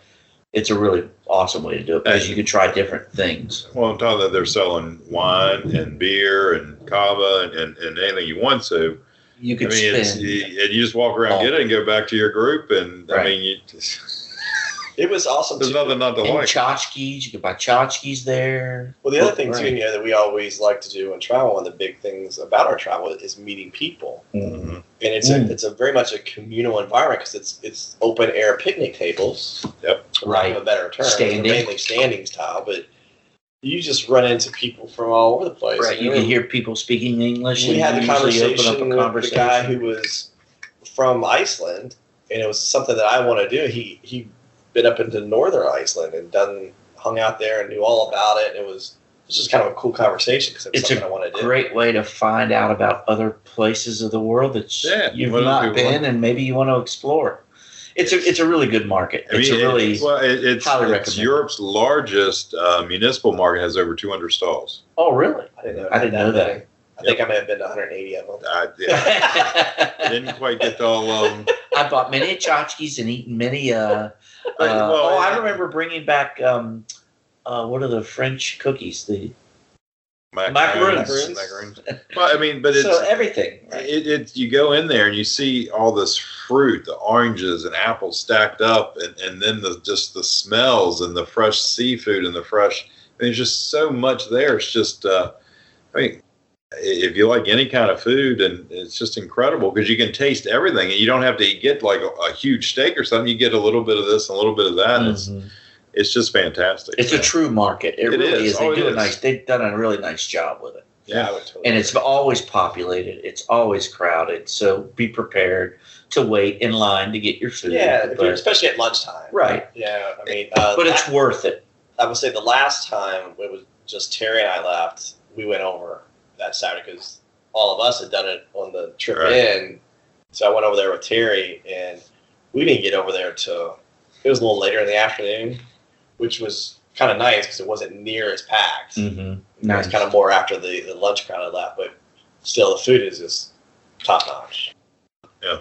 Speaker 3: it's a really awesome way to do it because you can try different things
Speaker 4: Well, on top of that, they're selling wine and beer and cava and, and, and anything you want to.
Speaker 3: you
Speaker 4: I mean,
Speaker 3: could
Speaker 4: it's,
Speaker 3: spend.
Speaker 4: you, and you just walk around,
Speaker 3: all-
Speaker 4: get it, and go back to your group. And I
Speaker 3: Right.
Speaker 4: mean, you, *laughs*
Speaker 2: it was awesome.
Speaker 4: there's
Speaker 2: too.
Speaker 4: nothing not to
Speaker 3: and
Speaker 4: like.
Speaker 3: tchotchkes, you could buy tchotchkes there.
Speaker 2: Well, the other thing too,
Speaker 3: Right.
Speaker 2: you know, that we always like to do in travel, one of the big things about our travel is meeting people,
Speaker 4: Mhm.
Speaker 2: and it's
Speaker 3: Mm.
Speaker 2: a, it's a very much a communal environment because it's it's open air picnic tables,
Speaker 4: Yep.
Speaker 2: for lack of
Speaker 3: Right.
Speaker 2: a better term, They're
Speaker 3: Standing.
Speaker 2: mainly standing style, but you just run into people from all over the place.
Speaker 3: Right, you
Speaker 2: Really,
Speaker 3: can hear people speaking English.
Speaker 2: we
Speaker 3: and
Speaker 2: had the
Speaker 3: you usually
Speaker 2: conversation, with the guy who was from Iceland, and it was something that I want to do. He he been up into northern Iceland and done hung out there and knew all about it. And it was it was just kind of a cool conversation because it was
Speaker 3: It's
Speaker 2: something I want to do.
Speaker 3: Great way to find out about other places of the world that
Speaker 4: Yeah,
Speaker 3: you've
Speaker 4: what other
Speaker 3: not
Speaker 4: people
Speaker 3: been,
Speaker 4: want.
Speaker 3: and maybe you want to explore. It's a it's a really good market.
Speaker 4: I mean,
Speaker 3: it's a really
Speaker 4: it, well, it, it's,
Speaker 3: highly
Speaker 4: it's
Speaker 3: recommend.
Speaker 4: Europe's largest uh, municipal market. Has over 200 stalls.
Speaker 3: oh
Speaker 4: *laughs*
Speaker 3: really?
Speaker 2: I didn't know,
Speaker 3: I didn't know that.
Speaker 2: many. I think I may have been to 180 of them.
Speaker 4: I
Speaker 3: *laughs*
Speaker 4: yeah,
Speaker 3: I
Speaker 4: didn't quite get to all of them.
Speaker 3: bought many tchotchkes and eaten many. Uh,
Speaker 4: But,
Speaker 3: uh,
Speaker 4: *laughs* well,
Speaker 3: oh, I
Speaker 4: yeah.
Speaker 3: remember bringing back um, uh, what are the French cookies? The
Speaker 2: Macaroons.
Speaker 4: macaroons. *laughs* Well, I mean, but it's
Speaker 3: so everything. right?
Speaker 4: it, it you go in there and you see all this fruit the oranges and apples stacked up and, and then the just the smells and the fresh seafood and the fresh there's just so much there it's just uh i mean i- if you like any kind of food and it's just incredible because you can taste everything and you don't have to get like a, a huge steak or something you get a little bit of this and a little bit of that and it's
Speaker 3: Mhm.
Speaker 4: it's just fantastic
Speaker 3: It's a true market. It,
Speaker 4: It
Speaker 3: really
Speaker 4: is.
Speaker 3: is. They
Speaker 4: Oh, it
Speaker 3: do a
Speaker 4: is.
Speaker 3: nice. They've done a really nice job with it.
Speaker 4: Yeah.
Speaker 2: I would totally
Speaker 3: and it's
Speaker 2: agree.
Speaker 3: always populated. It's always crowded. So be prepared to wait in line to get your food.
Speaker 2: yeah, if
Speaker 3: but,
Speaker 2: you're, especially at lunchtime.
Speaker 3: right.
Speaker 2: Yeah, I mean, uh,
Speaker 3: But it's worth it.
Speaker 2: I would say the last time it was just Terry and I left, we went over that Saturday because all of us had done it on the trip
Speaker 4: Right.
Speaker 2: in. So I went over there with Terry, and we didn't get over there till it was a little later in the afternoon, which was kind of nice because it wasn't near as packed.
Speaker 4: Mm,
Speaker 3: Mm-hmm.
Speaker 2: It's kind of more after the, the lunch crowd had left, but still the food is just top notch.
Speaker 4: Yeah.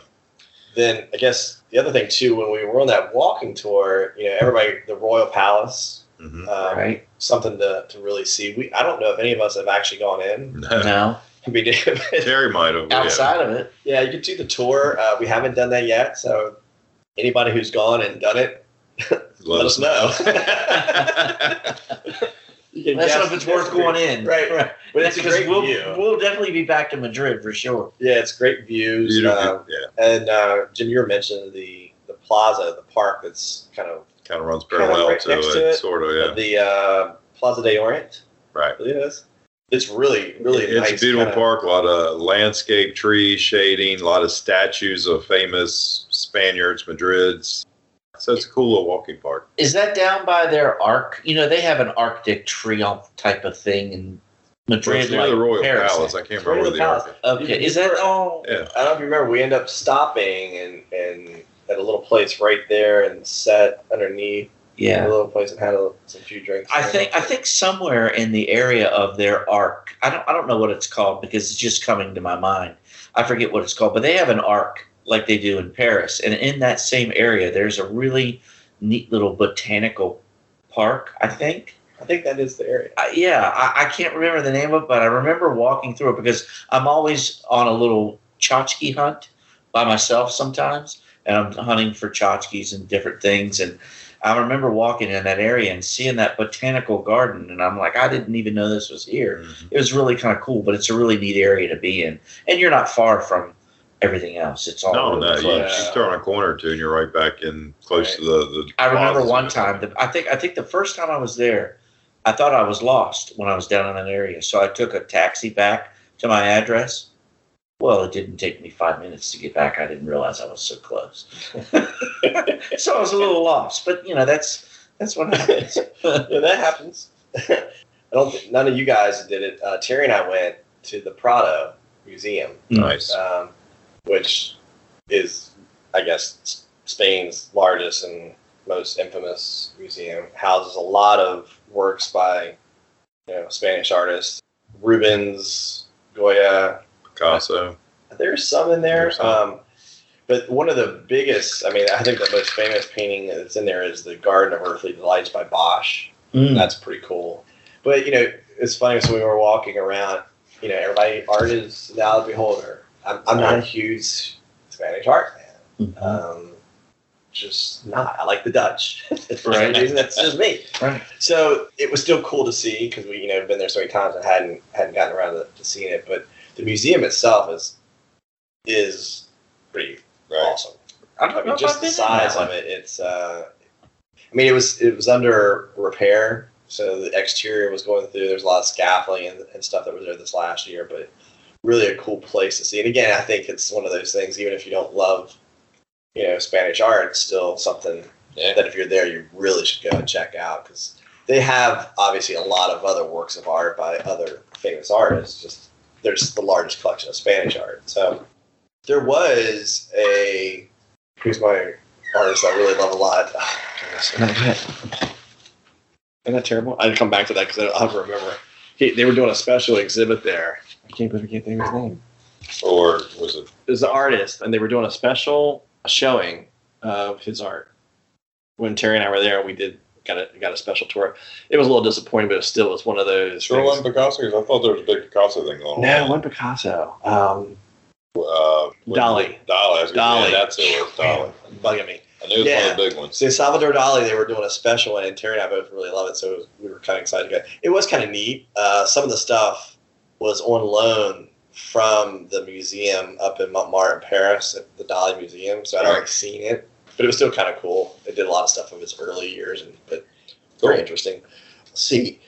Speaker 2: Then I guess the other thing too, when we were on that walking tour, you know, everybody the Royal Palace,
Speaker 4: hmm
Speaker 2: um,
Speaker 3: right.
Speaker 2: something to, to really see. We I don't know if any of us have actually gone *laughs* in.
Speaker 4: *laughs* No,
Speaker 3: Now
Speaker 2: I mean,
Speaker 4: Terry Mm-hmm. might have. yeah.
Speaker 3: outside of it,
Speaker 2: yeah, you could do the tour. Uh, we haven't done that yet, so anybody who's gone and done it, let us know. *laughs* you can
Speaker 3: that's
Speaker 2: guess
Speaker 3: if it's
Speaker 2: the
Speaker 3: worth
Speaker 2: difference.
Speaker 3: going in.
Speaker 2: Right.
Speaker 3: Right.
Speaker 2: But it's a
Speaker 3: because
Speaker 2: great
Speaker 3: we'll
Speaker 2: view.
Speaker 3: we'll definitely be back to Madrid for sure.
Speaker 2: yeah, it's great views.
Speaker 4: You don't-
Speaker 2: um,
Speaker 4: uh, yeah,
Speaker 2: And uh, Jim, you were mentioning the the plaza, the park that's kind of
Speaker 4: kind of runs
Speaker 2: kinda
Speaker 4: parallel
Speaker 2: right
Speaker 4: to,
Speaker 2: next
Speaker 4: it,
Speaker 2: to it.
Speaker 4: sort of. Yeah,
Speaker 2: the uh, Plaza de Orient.
Speaker 4: right.
Speaker 2: I believe it is. It's really, really
Speaker 4: it's
Speaker 2: nice
Speaker 4: a beautiful
Speaker 2: kinda-
Speaker 4: park. A lot of landscape, tree shading, a lot of statues of famous Spaniards, Madrids. So it's a cool little walking park.
Speaker 3: Is that down by their arc? You know, they have an Arctic Triumph type of thing in
Speaker 4: Well,
Speaker 3: Madrid,
Speaker 4: it's near
Speaker 3: like
Speaker 4: the Royal
Speaker 3: Paris.
Speaker 4: Palace. I can't
Speaker 2: It's right
Speaker 4: remember where
Speaker 2: in
Speaker 4: the
Speaker 2: the palace.
Speaker 4: arc-
Speaker 3: Okay, is that all?
Speaker 4: Yeah,
Speaker 2: I don't know if you remember, we end up stopping and and at a little place right there and sat underneath a
Speaker 3: Yeah.
Speaker 2: little place and had a, some few drinks.
Speaker 3: I think I think somewhere in the area of their arc. I don't I don't know what it's called because it's just coming to my mind. I forget what it's called, but they have an arc like they do in Paris, and in that same area, there's a really neat little botanical park. I think.
Speaker 2: I think that is the area. *laughs*
Speaker 3: I, yeah, I, I can't remember the name of it, but I remember walking through it because I'm always on a little tchotchke hunt by myself sometimes, and I'm hunting for tchotchkes and different things. And I remember walking in that area and seeing that botanical garden, and I'm like, I didn't even know this was here.
Speaker 4: Mhm.
Speaker 3: It was really kind of cool, but it's a really neat area to be in, and you're not far from everything else. It's all
Speaker 4: No,
Speaker 3: really
Speaker 4: no, you,
Speaker 3: close.
Speaker 4: you
Speaker 2: Yeah.
Speaker 4: turn a corner or two and you're right back in close
Speaker 2: Right.
Speaker 4: to the. the
Speaker 3: I remember
Speaker 4: plazas.
Speaker 3: one time. The, I think I think the first time I was there, I thought I was lost when I was down in that area. So I took a taxi back to my address. Well, it didn't take me five minutes to get back. I didn't realize I was so close. *laughs* so I was a little lost. But you know, that's that's what happens.
Speaker 2: Yeah, that happens. *laughs* I don't. Think, none of you guys did it. Uh, Terry and I went to the Prado Museum,
Speaker 4: Nice.
Speaker 3: Uh,
Speaker 2: um, which is, I guess, S- Spain's largest and most infamous museum. Houses a lot of works by, you know, Spanish artists, Rubens, Goya.
Speaker 4: Picasso.
Speaker 2: There's some in there.
Speaker 4: There's some.
Speaker 2: Um, but one of the biggest, I mean, I think the most famous painting that's in there is the Garden of Earthly Delights by Bosch.
Speaker 3: Mm.
Speaker 2: That's pretty cool. But you know, it's funny. So we were walking around. You know, everybody art is now the beholder. I'm, I'm not a huge Spanish art fan.
Speaker 3: Mhm.
Speaker 2: Um, just not. I like the Dutch. *laughs* For
Speaker 3: Right.
Speaker 2: some reason, that's just me.
Speaker 3: Right.
Speaker 2: So it was still cool to see because we, you know, been there so many times and hadn't hadn't gotten around to, to seeing it. But the museum itself is is pretty
Speaker 4: Right.
Speaker 2: awesome.
Speaker 3: I
Speaker 2: I
Speaker 3: don't know
Speaker 2: mean,
Speaker 3: if
Speaker 2: just
Speaker 3: I've
Speaker 2: the
Speaker 3: been in
Speaker 2: size
Speaker 3: that
Speaker 2: of
Speaker 3: one.
Speaker 2: it. It's. Uh, I mean, it was it was under repair, so the exterior was going through. There's a lot of scaffolding and, and stuff that was there this last year, but really a cool place to see. And again, I think it's one of those things. Even if you don't love, you know, Spanish art, it's still something
Speaker 4: Yeah.
Speaker 2: that if you're there, you really should go and check out because they have obviously a lot of other works of art by other famous artists. Just there's the largest collection of Spanish art. So there was a who's my artist I really love a lot. Oh, goodness. Isn't that terrible? I'd come back to that because I'll remember. He, they were doing a special exhibit there. I can't believe I can't think of his name.
Speaker 4: Or was it?
Speaker 2: It was an artist, and they were doing a special showing of his art. When Terry and I were there, we did got a got a special tour. It was a little disappointing, but it still was one of those.
Speaker 4: Sure,
Speaker 2: things-
Speaker 4: one Picasso. 'Cause I thought there was a big Picasso thing going
Speaker 2: no,
Speaker 4: on.
Speaker 2: one Picasso. Um,
Speaker 4: Uh, what-
Speaker 2: Dolly.
Speaker 4: Dolly. I was gonna
Speaker 2: Dolly.
Speaker 4: say, that's it. Was Dolly.
Speaker 2: bugging Oh, me.
Speaker 4: I knew it was one
Speaker 2: Yeah.
Speaker 4: of the big ones.
Speaker 2: So Salvador Dali, they were doing a special, and Terry and I both really love it, so it was, we were kind of excited to go. It was kind of neat. Uh, some of the stuff was on loan from the museum up in Montmartre in Paris, at the Dali Museum, so I'd already
Speaker 4: Right.
Speaker 2: seen it, but it was still kind of cool. It did a lot of stuff of his early years, and but
Speaker 4: Cool.
Speaker 2: very interesting. Let's see,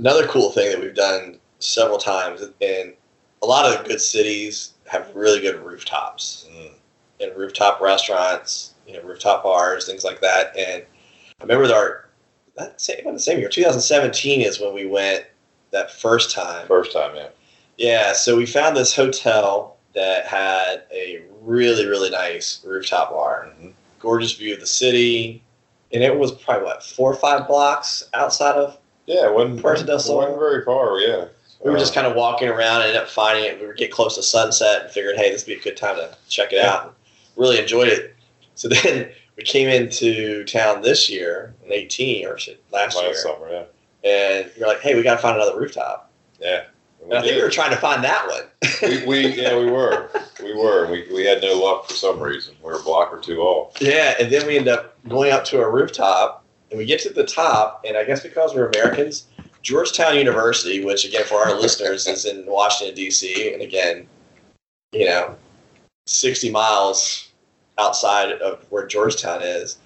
Speaker 2: another cool thing that we've done several times, and a lot of the good cities have really good rooftops
Speaker 4: Mm.
Speaker 2: and rooftop restaurants, you know, rooftop bars, things like that. And I remember our that same about the same year, 2017 is when we went that first time.
Speaker 4: First time, yeah.
Speaker 2: Yeah, so we found this hotel that had a really really nice rooftop bar,
Speaker 4: Mhm.
Speaker 2: gorgeous view of the city, and it was probably what four or five blocks outside of
Speaker 4: Yeah, it wasn't,
Speaker 2: Puerto del Sol.
Speaker 4: wasn't very far, yeah.
Speaker 2: We were just
Speaker 4: Uh,
Speaker 2: kind of walking around and ended up finding it. We were get close to sunset and figured, hey, this would be a good time to check it out. Really enjoyed it. So *laughs* then we came into town this year, in 18 or shit, last, year,
Speaker 4: last summer, yeah.
Speaker 2: and we were like, hey, we got to find another rooftop.
Speaker 4: Yeah.
Speaker 2: And I think we were trying to find that one.
Speaker 4: we, we yeah we were we were we, we had no luck for some reason we were a block or two off
Speaker 2: yeah, and then we end up going up to a rooftop, and we get to the top, and I guess because we're Americans, Georgetown University, which again for
Speaker 4: *laughs*
Speaker 2: our listeners is in Washington D.C., and again, you know, 60 miles outside of where Georgetown is.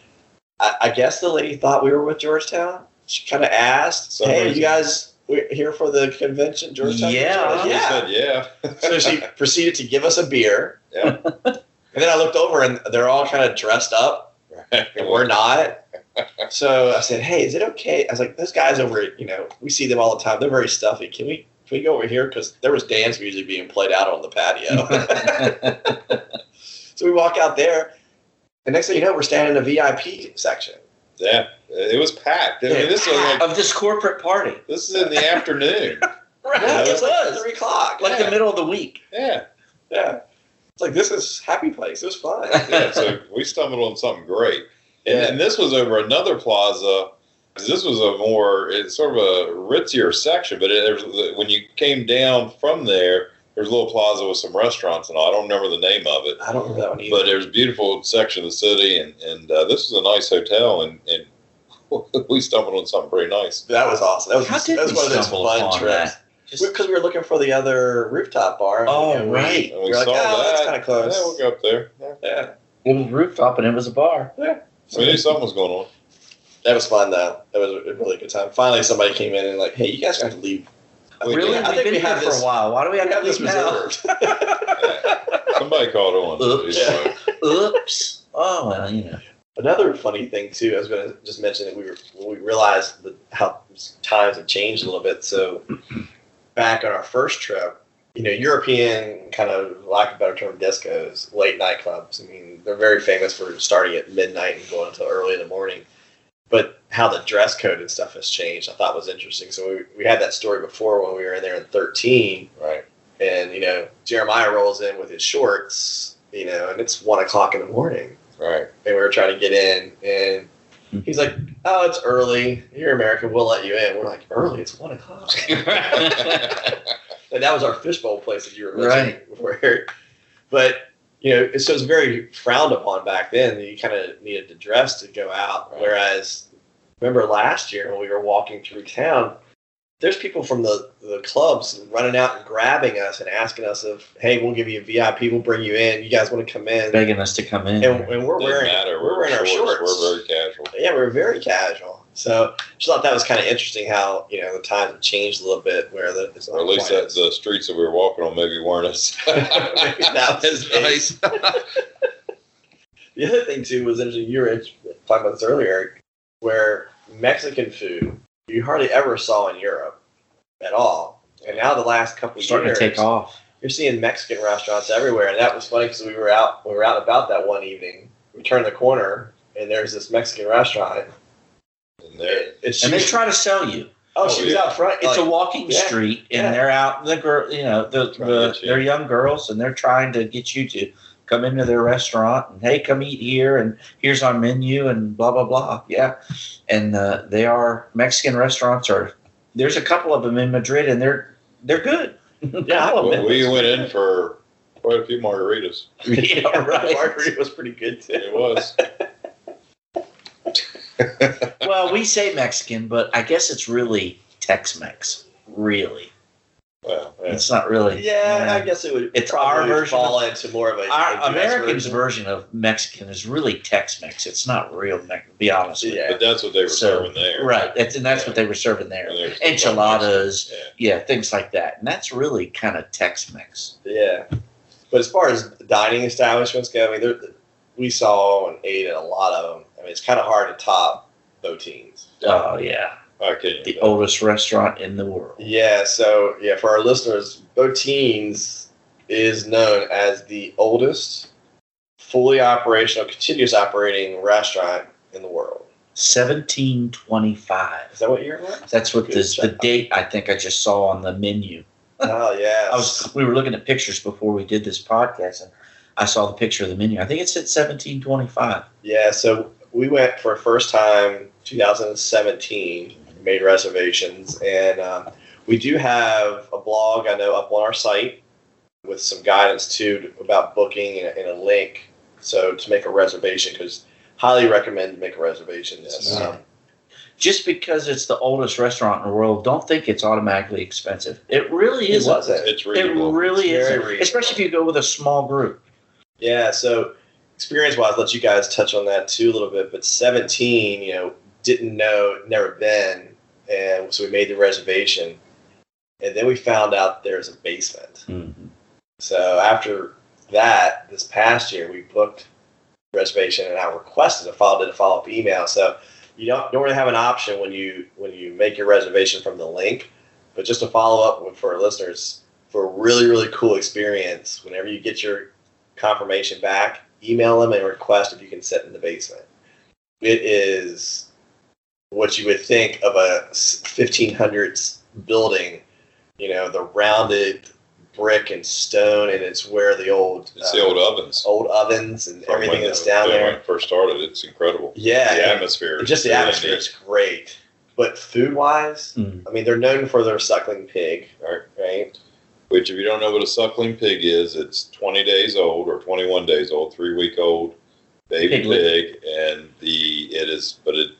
Speaker 2: I, I guess the lady thought we were with Georgetown. She kind of asked,
Speaker 4: Some
Speaker 2: "Hey,
Speaker 4: reason.
Speaker 2: you guys, we're here for the convention, Georgetown?"
Speaker 3: Yeah.
Speaker 2: Convention?"
Speaker 4: we
Speaker 2: yeah.
Speaker 4: said yeah
Speaker 2: so
Speaker 4: *laughs*
Speaker 2: she proceeded to give us a beer.
Speaker 4: Yeah.
Speaker 2: And then I looked over and they're all kind of dressed up *laughs* and we're
Speaker 4: *laughs*
Speaker 2: not. So I said, Hey, is it okay? I was like, Those guys over, you know, we see them all the time. They're very stuffy. Can we can we go over here? Because there was dance music being played out on the
Speaker 4: *laughs*
Speaker 2: patio. *laughs* so we walk out there. And next thing you know, we're standing in a VIP section.
Speaker 4: yeah it was packed I mean, this was like
Speaker 3: *laughs* of this corporate party,
Speaker 4: this is in the afternoon
Speaker 3: right?
Speaker 2: Yeah,
Speaker 3: It
Speaker 2: it's like
Speaker 3: was
Speaker 2: three o'clock.
Speaker 3: like
Speaker 2: yeah.
Speaker 3: the middle of the week.
Speaker 4: yeah
Speaker 2: yeah. It's like this is happy place. It was
Speaker 4: *laughs*
Speaker 2: fun.
Speaker 4: yeah so we stumbled on something great and,
Speaker 2: Yeah.
Speaker 4: and this was over another plaza 'cause this was a more it's sort of a ritzier section but it, there was, when you came down from there there's a little plaza with some restaurants and all i don't remember the name of it
Speaker 2: I don't remember that one either.
Speaker 4: but there's a beautiful section of the city, and and uh, this was a nice hotel, and *laughs* and we stumbled on something pretty nice.
Speaker 2: That was awesome. That was,
Speaker 3: How did
Speaker 2: that was
Speaker 3: we
Speaker 2: one of those
Speaker 3: stumble
Speaker 2: fun
Speaker 3: upon
Speaker 2: trips.
Speaker 3: that? Just-
Speaker 2: Because we were looking for the other rooftop bar.
Speaker 3: Oh,
Speaker 2: and we-
Speaker 3: right.
Speaker 4: And
Speaker 2: We
Speaker 4: we
Speaker 2: were like,
Speaker 4: saw
Speaker 2: oh,
Speaker 4: that.
Speaker 2: that's kind of close.
Speaker 4: Yeah, we'll go up there. Yeah.
Speaker 2: Yeah.
Speaker 3: it was a rooftop and it was a bar.
Speaker 4: So we knew something was going on.
Speaker 2: That was fun, though. That was a really good time. Finally, somebody came in and like, hey, you guys have to leave.
Speaker 4: We
Speaker 3: really,
Speaker 4: did.
Speaker 2: I
Speaker 3: we've
Speaker 2: think
Speaker 3: been
Speaker 2: we
Speaker 3: here
Speaker 2: have
Speaker 3: for
Speaker 2: this-
Speaker 3: a while. Why do we have
Speaker 2: We have
Speaker 3: to
Speaker 2: this
Speaker 3: leave
Speaker 2: *laughs*
Speaker 3: now?
Speaker 2: reserved.
Speaker 4: Somebody caught on.
Speaker 3: Oops. Oops. Oh well, you know.
Speaker 2: Another funny thing too, I was going to just mention that we were, we realized that how times have changed a little bit. So back on our first trip, you know, European kind of lack of a better term discos, late night clubs. I mean, they're very famous for starting at midnight and going until early in the morning. But how the dress code and stuff has changed, I thought was interesting. So we, we had that story before when we were in there in thirteen,
Speaker 4: Right.
Speaker 2: and you know Jeremiah rolls in with his shorts, you know, and it's one o'clock in the morning
Speaker 4: Right.
Speaker 2: and we were trying to get in and he's like oh it's early you're american we'll let you in we're like early it's one o'clock
Speaker 4: *laughs*
Speaker 2: and that was our fishbowl place that you were mentioning before Eric. but you know it's- so it's very frowned upon back then that you kind of needed to dress to go out
Speaker 4: Right.
Speaker 2: whereas remember last year when we were walking through town there's people from the, the clubs running out and grabbing us and asking us if hey we'll give you a vip we'll bring you in you guys want to come in
Speaker 3: Begging us to come in.
Speaker 2: and, and we're
Speaker 4: Didn't
Speaker 2: wearing
Speaker 4: matter.
Speaker 2: we're wearing our shorts
Speaker 4: We're very casual.
Speaker 2: yeah, we were very casual. So just thought that was kind of interesting how you know the times have changed a little bit where the it's not
Speaker 4: Or at least
Speaker 2: quite
Speaker 4: that, the streets that we were walking on maybe weren't as. *laughs*
Speaker 2: Maybe that was nice. the other thing too was interesting. You were talking about this earlier, Eric, where Mexican food you hardly ever saw in Europe at all, and now the last couple of
Speaker 3: starting
Speaker 2: years
Speaker 3: to take off.
Speaker 2: you're seeing Mexican restaurants everywhere, and that was funny because we were out we were out and about that one evening. We turned the corner and there's this Mexican restaurant.
Speaker 4: in there.
Speaker 2: It's
Speaker 3: And they try to sell you.
Speaker 2: oh,
Speaker 4: Oh,
Speaker 2: she was
Speaker 4: yeah.
Speaker 2: out front. like-
Speaker 3: It's a walking
Speaker 2: yeah,
Speaker 3: street, and
Speaker 2: yeah.
Speaker 3: they're out. The girl, you know, the,
Speaker 4: Trying to
Speaker 3: the
Speaker 4: get you.
Speaker 3: they're young girls, and they're trying to get you to come into their restaurant and hey, come eat here, and here's our menu, and blah blah blah. Yeah, and uh, they are Mexican restaurants. Are there's a couple of them in Madrid, and they're they're good. *laughs*
Speaker 2: Yeah, I love
Speaker 4: Well,
Speaker 2: it.
Speaker 4: we went in for quite a few margaritas.
Speaker 3: *laughs*
Speaker 2: *laughs*
Speaker 3: yeah,
Speaker 2: Right.
Speaker 3: right.
Speaker 4: *laughs*
Speaker 2: Margarita was pretty good too.
Speaker 4: It was.
Speaker 3: Well, we say Mexican, but I guess it's really Tex-Mex. Really,
Speaker 4: Well, yeah.
Speaker 3: It's not really.
Speaker 2: Yeah, I guess it would.
Speaker 3: It's
Speaker 2: probably
Speaker 3: our version
Speaker 2: Fall
Speaker 3: of-
Speaker 2: into more of a a US
Speaker 3: Our Americans'
Speaker 2: version.
Speaker 3: version of Mexican is really Tex-Mex. It's not real Mex. To be honest with you.
Speaker 2: Yeah.
Speaker 4: but that's what they were
Speaker 3: So,
Speaker 4: serving there.
Speaker 3: Right, that's, and that's
Speaker 4: Yeah.
Speaker 3: what they were serving there.
Speaker 4: And there's-
Speaker 3: Enchiladas,
Speaker 4: Yeah.
Speaker 3: yeah, things like that. And that's really kind of Tex-Mex.
Speaker 2: Yeah, but as far as dining establishments go, I mean, there, we saw and ate at a lot of them. I mean, it's kind of hard to top Botines.
Speaker 3: Oh yeah,
Speaker 4: I can't.
Speaker 3: the oldest restaurant in the world.
Speaker 2: Yeah, so yeah, for our listeners, Botines is known as the oldest fully operational, continuous operating restaurant in the world.
Speaker 3: Seventeen
Speaker 2: Is
Speaker 3: twenty-five.
Speaker 2: that what year it
Speaker 3: *laughs*
Speaker 2: was?
Speaker 3: That's what
Speaker 2: Good
Speaker 3: this, the
Speaker 2: job.
Speaker 3: date I think I just saw on the menu.
Speaker 2: oh yeah,
Speaker 3: I was we were looking at pictures before we did this podcast, and I saw the picture of the menu. I think it said seventeen twenty-five.
Speaker 2: Yeah, so we went for a first time 2017, made reservations, and um, we do have a blog I know up on our site with some guidance too about booking and, and a link so to make a reservation because highly recommend to make a reservation.
Speaker 4: Yes.
Speaker 2: Um,
Speaker 3: Just because it's the oldest restaurant in the world, don't think it's automatically expensive. It really
Speaker 2: it
Speaker 3: is.
Speaker 2: was it.
Speaker 4: It's
Speaker 3: It
Speaker 4: readable.
Speaker 3: really
Speaker 2: It's
Speaker 3: is,
Speaker 2: very reasonable.
Speaker 3: especially if you go with a small group.
Speaker 2: Yeah, so experience wise, let you guys touch on that too a little bit. But 17, you know, didn't know, never been, and so we made the reservation, and then we found out there's a basement. So after that, this past year, we booked reservation, and I requested a follow did a follow up email. So you don't don't really have an option when you when you make your reservation from the link, but just to follow up with, for our listeners for a really really cool experience. Whenever you get your confirmation back, email them and request if you can sit in the basement. It is what you would think of a s- 1500s building, you know, the rounded brick and stone, and it's where the old
Speaker 4: It's
Speaker 2: uh,
Speaker 4: the old ovens.
Speaker 2: old ovens and
Speaker 4: From
Speaker 2: everything
Speaker 4: when
Speaker 2: that's
Speaker 4: they-
Speaker 2: down
Speaker 4: they- When
Speaker 2: there.
Speaker 4: it first started, it's incredible.
Speaker 2: Yeah,
Speaker 4: the
Speaker 2: and
Speaker 4: atmosphere. is
Speaker 2: just the
Speaker 4: really
Speaker 2: atmosphere
Speaker 4: neat.
Speaker 2: is great. But food
Speaker 4: *laughs*
Speaker 2: wise,
Speaker 3: Mm.
Speaker 2: I mean, they're known for their suckling pig,
Speaker 4: Right.
Speaker 2: right?
Speaker 4: Which, if you don't know what a suckling pig is, it's 20 days old or 21 days old, three week old baby
Speaker 3: Piglet.
Speaker 4: pig, and the it is, but it.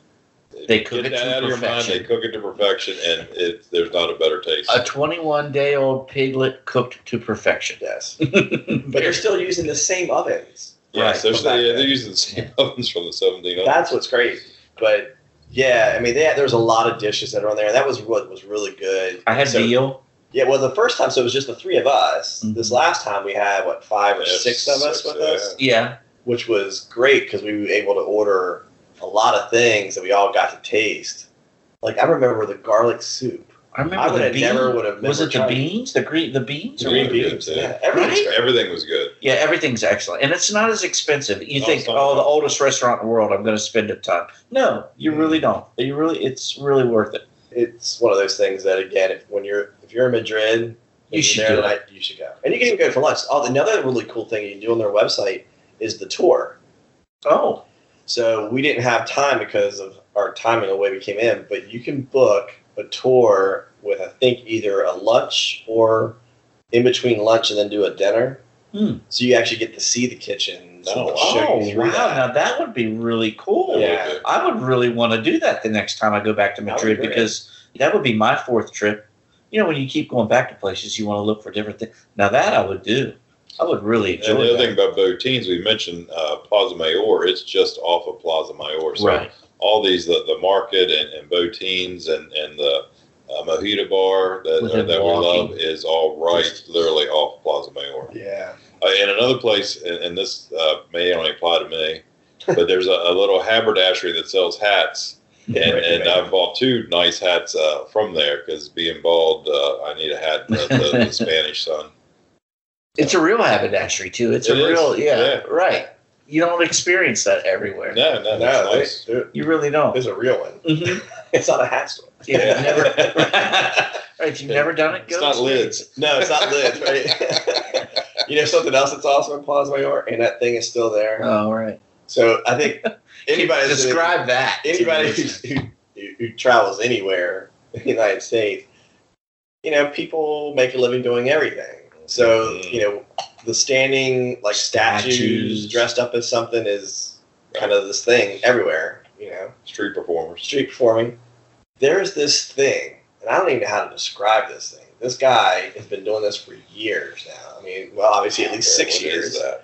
Speaker 3: They cook
Speaker 4: get
Speaker 3: it
Speaker 4: that
Speaker 3: to
Speaker 4: out of your mind.
Speaker 3: perfection.
Speaker 4: They cook it to perfection, and it, there's not a better taste.
Speaker 3: A 21 day old piglet cooked to perfection.
Speaker 2: *laughs*
Speaker 4: *laughs*
Speaker 2: Yes. But
Speaker 3: but
Speaker 2: they're still using the same ovens.
Speaker 4: yes,
Speaker 3: right,
Speaker 4: there's
Speaker 2: go back
Speaker 4: the-
Speaker 2: there.
Speaker 4: they're using *laughs* the same ovens from the 1700s.
Speaker 2: That's what's great. But yeah, I mean, they, there's a lot of dishes that are on there. That was what was really good.
Speaker 3: I had
Speaker 2: So-
Speaker 3: veal.
Speaker 2: Yeah, well, the first time, so it was just the three of us.
Speaker 3: Mhm.
Speaker 2: This last time, we had what five or
Speaker 4: Yeah,
Speaker 2: six of us
Speaker 4: six,
Speaker 2: with
Speaker 4: yeah.
Speaker 2: us,
Speaker 3: Yeah.
Speaker 2: which was great because we were able to order a lot of things that we all got to taste. Like I remember the garlic soup.
Speaker 3: I remember
Speaker 2: I
Speaker 3: the
Speaker 2: would've
Speaker 3: beans.
Speaker 2: never would've
Speaker 3: was
Speaker 2: never
Speaker 3: it the
Speaker 2: tried it.
Speaker 3: beans? The green, the beans?
Speaker 4: The
Speaker 3: or
Speaker 4: green
Speaker 3: what?
Speaker 4: beans. yeah.
Speaker 2: yeah, everything's
Speaker 3: Right?
Speaker 2: great.
Speaker 4: Everything was good.
Speaker 3: Yeah, everything's excellent. And it's not as expensive. You
Speaker 4: No,
Speaker 3: think,
Speaker 4: it's not.
Speaker 3: oh, the oldest restaurant in the world, I'm going to spend a ton. No, you
Speaker 4: Mm-hmm.
Speaker 2: Mm.
Speaker 3: really don't. You really, It's really worth it.
Speaker 2: It's one of those things that again, if when you're if you're in Madrid,
Speaker 3: You
Speaker 2: and
Speaker 3: should
Speaker 2: you're there
Speaker 3: do
Speaker 2: tonight, you should go, and you can even go for lunch. Oh, another really cool thing you can do on their website is the tour.
Speaker 3: Oh,
Speaker 2: So we didn't have time because of our timing the way we came in, but you can book a tour with I think either a lunch or in between lunch and then do a dinner.
Speaker 3: Hmm.
Speaker 2: So you actually get to see the kitchen.
Speaker 4: Oh,
Speaker 2: Someone show
Speaker 3: oh
Speaker 2: you
Speaker 3: wow.
Speaker 2: through that.
Speaker 3: Now that would be really cool.
Speaker 2: Yeah.
Speaker 3: I would really want to do that the next time I go back to
Speaker 2: That would
Speaker 3: Madrid
Speaker 2: be great.
Speaker 3: because that would be my fourth trip. You know, when you keep going back to places, you want to look for different things. Now that I would do. I would really
Speaker 4: And the
Speaker 3: enjoy
Speaker 4: other thing
Speaker 3: that.
Speaker 4: about Botines, we mentioned uh, Plaza Mayor. It's just off of Plaza Mayor. So
Speaker 3: right.
Speaker 4: all these the, the market and, and Botines and and the uh, mojito bar that
Speaker 3: Within
Speaker 4: that we
Speaker 3: walking.
Speaker 4: love is all right literally off Plaza Mayor.
Speaker 2: Yeah.
Speaker 4: Uh, and another place, and, and this uh, may only apply to me, but there's a, a little haberdashery that sells hats, and, and I've bought two nice hats uh, from there because being bald, uh, I need a hat for the, the Spanish
Speaker 2: *laughs*
Speaker 4: sun.
Speaker 3: It's a real haberdashery too. It's
Speaker 4: It
Speaker 3: a
Speaker 4: is,
Speaker 3: real yeah,
Speaker 4: yeah.
Speaker 3: right. You don't experience that everywhere.
Speaker 4: No, no, that's
Speaker 2: No,
Speaker 4: nice.
Speaker 2: there- there-
Speaker 3: You really don't.
Speaker 2: there's a real one.
Speaker 3: Mhm.
Speaker 2: *laughs* It's not a hat store.
Speaker 3: Yeah, you've never right, if you've never done it, go
Speaker 4: It's not
Speaker 3: experience
Speaker 4: lids.
Speaker 2: No, it's *laughs* not lit, right? *laughs* you know something else that's also in Plaza Mayor, and that thing is still
Speaker 3: it.
Speaker 2: there.
Speaker 3: Oh, right.
Speaker 2: So I think anybody that's in-
Speaker 3: describe that. to
Speaker 2: anybody
Speaker 3: me.
Speaker 2: who's- who, who, who travels anywhere in the United States, you know, people make a living doing everything. So,
Speaker 4: Mm.
Speaker 2: you know, the standing like statues,
Speaker 3: Mm-hmm. Statues.
Speaker 2: dressed up as something is kind of this thing everywhere, you know,
Speaker 4: *laughs* Street performers.
Speaker 2: street performing. There's this thing, and I don't even know how to describe this thing. this guy has been doing this for years now. I mean, well, obviously at least six
Speaker 4: What is
Speaker 2: years.
Speaker 4: that?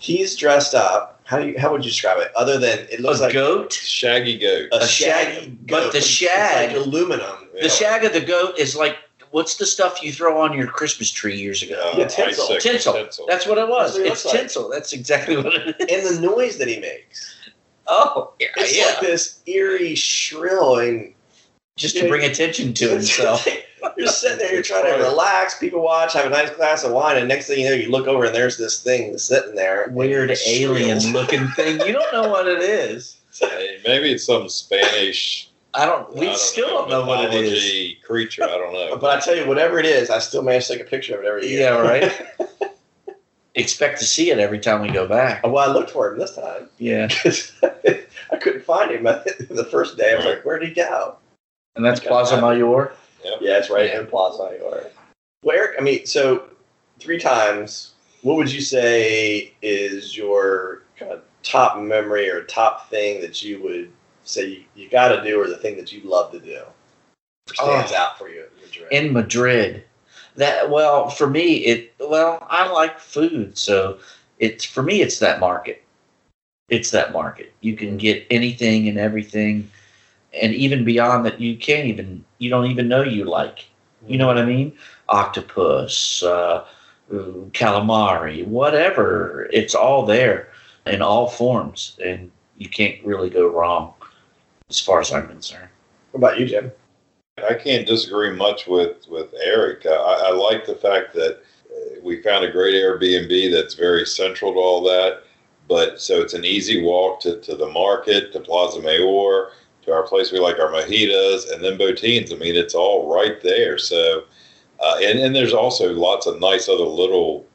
Speaker 2: He's dressed up. How do you? How would you describe it? Other than it
Speaker 3: A
Speaker 2: looks like
Speaker 3: goat.
Speaker 4: Shaggy goat.
Speaker 3: a shaggy- but the
Speaker 2: It's like
Speaker 3: shag-
Speaker 2: aluminum.
Speaker 4: Yeah.
Speaker 3: The shag of the goat is like what's the stuff you throw on your Christmas tree years ago?
Speaker 4: Uh,
Speaker 2: yeah, tinsel.
Speaker 4: icicle,
Speaker 3: Tinsel. That's what it was.
Speaker 2: That's what it looks
Speaker 3: it's
Speaker 2: like.
Speaker 3: tinsel. That's exactly what it is.
Speaker 2: and the noise that he makes.
Speaker 3: Oh, yeah.
Speaker 2: It's
Speaker 3: yeah.
Speaker 2: like this eerie shrill and
Speaker 3: Just to bring
Speaker 2: *laughs*
Speaker 3: attention to himself. *laughs*
Speaker 2: you're sitting there, you're trying to relax, people watch, have a nice glass of wine, and next thing you know, you look over and there's this thing sitting there.
Speaker 3: Weird
Speaker 2: It's
Speaker 3: alien
Speaker 2: shrill.
Speaker 3: looking thing. You don't know what it is.
Speaker 4: Hey, Maybe it's some Spanish.
Speaker 3: I don't. We
Speaker 4: I don't
Speaker 3: still don't know what it is.
Speaker 4: mythology Creature. I don't know.
Speaker 2: But I tell you, whatever it is, I still manage to take a picture of it every year.
Speaker 3: Yeah, right. *laughs* Expect to see it every time we go back.
Speaker 2: *laughs* Well, I looked for him this time
Speaker 3: Yeah,
Speaker 2: because *laughs* I couldn't find him *laughs* the first day. I was like, "Where'd he go?"
Speaker 3: and that's
Speaker 2: Okay.
Speaker 3: Plaza Mayor.
Speaker 2: Yeah, it's right
Speaker 3: Yeah.
Speaker 2: in Plaza or where? I mean, so three times. What would you say is your kind of top memory or top thing that you would say you, you got to do, or the thing that you love to do, or stands out for you? in Madrid?
Speaker 3: in Madrid. That well, for me, it well, I like food, so it's for me, it's that market. It's that market. You can get anything and everything, and even beyond that, you can't even you don't even know you like. You know what I mean? Octopus, uh, ooh, calamari, whatever. It's all there in all forms, and you can't really go wrong, as far as I'm concerned.
Speaker 2: what about you, Jim?
Speaker 4: I can't disagree much with with Eric. I, I like the fact that uh, we found a great Airbnb that's very central to all that. But so it's an easy walk to, to the market, to Plaza Mayor, to our place we like our mojitos, and then Botines. I mean, it's all right there. So, uh, and and there's also lots of nice other little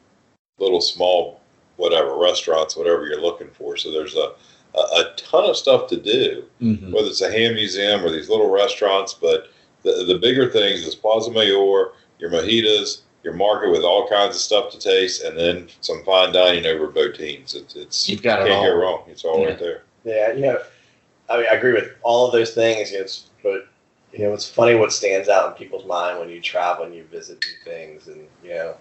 Speaker 4: little small whatever restaurants, whatever you're looking for. So there's a a, a ton of stuff to do
Speaker 3: Mm-hmm.
Speaker 4: whether it's a ham museum or these little restaurants. But the, the bigger things is Plaza Mayor, your mojitos, your market with all kinds of stuff to taste, and then some fine dining over Botines. It's, it's
Speaker 3: You've got it
Speaker 4: can't
Speaker 3: all.
Speaker 4: go wrong. It's all right
Speaker 3: Yeah.
Speaker 2: Yeah,
Speaker 4: there.
Speaker 2: you know, I mean, I agree with all of those things. You know, it's, but you know, it's funny what stands out in people's mind when you travel and you visit new things. And you know,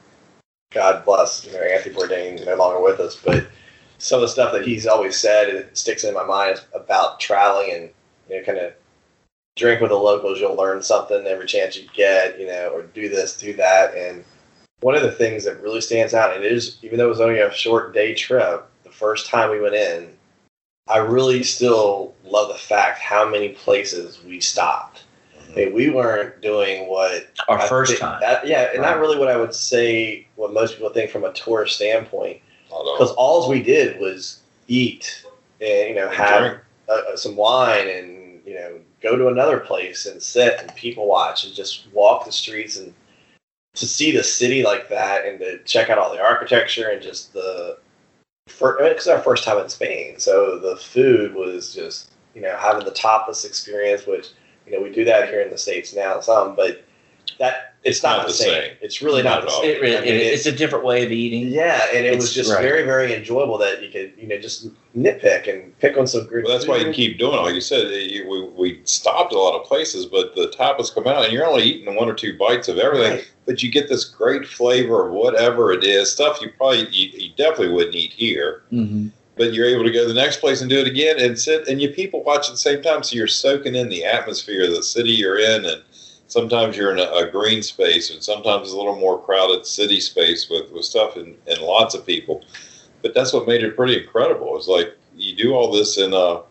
Speaker 2: God bless you know, Anthony Bourdain, no longer with us, but some of the stuff that he's always said and it sticks in my mind is about traveling and you know, kind of drink with the locals. You'll learn something every chance you get. You know, or do this, do that, and one of the things that really stands out, and it is even though it was only a short day trip, the first time we went in, I really still love the fact how many places we stopped. I mean, we weren't doing what
Speaker 3: Mm-hmm. Our
Speaker 2: I
Speaker 3: first
Speaker 2: thi-
Speaker 3: time.
Speaker 2: that- yeah, and not
Speaker 3: Right.
Speaker 2: really what I would say what most people think from a tourist standpoint,
Speaker 4: Not all.
Speaker 2: because all we did was eat and you know
Speaker 4: And
Speaker 2: have
Speaker 4: drink.
Speaker 2: uh, uh, some wine and you know go to another place and sit and people watch and just walk the streets and to see the city like that and to check out all the architecture and just the for because our first time in Spain, so the food was just you know having the topless experience, which you know we do that here in the states now some, but that it's not, the same. It's really not,
Speaker 4: Not
Speaker 2: the
Speaker 4: at all.
Speaker 2: same.
Speaker 3: It, really
Speaker 2: I mean,
Speaker 3: it-
Speaker 2: it-
Speaker 3: it's a different way of eating.
Speaker 2: yeah, and it
Speaker 3: It's-
Speaker 2: was just
Speaker 3: right.
Speaker 2: very, very enjoyable that you could, you know, just nitpick and pick on some group.
Speaker 4: Well, that's why you keep doing it. Like you said, it- you- we, we stopped a lot of places, but the tapas come out, and you're only eating one or two bites of everything.
Speaker 2: Right.
Speaker 4: But you get this great flavor of whatever it is, stuff you probably you, you definitely wouldn't eat here.
Speaker 3: Mhm.
Speaker 4: but you're able to go to the next place and do it again and sit and you people watch at the same time so you're soaking in the atmosphere of the city you're in and sometimes you're in a, a green space and sometimes a little more crowded city space with, with stuff and, and lots of people but that's what made it pretty incredible it's like you do all this in a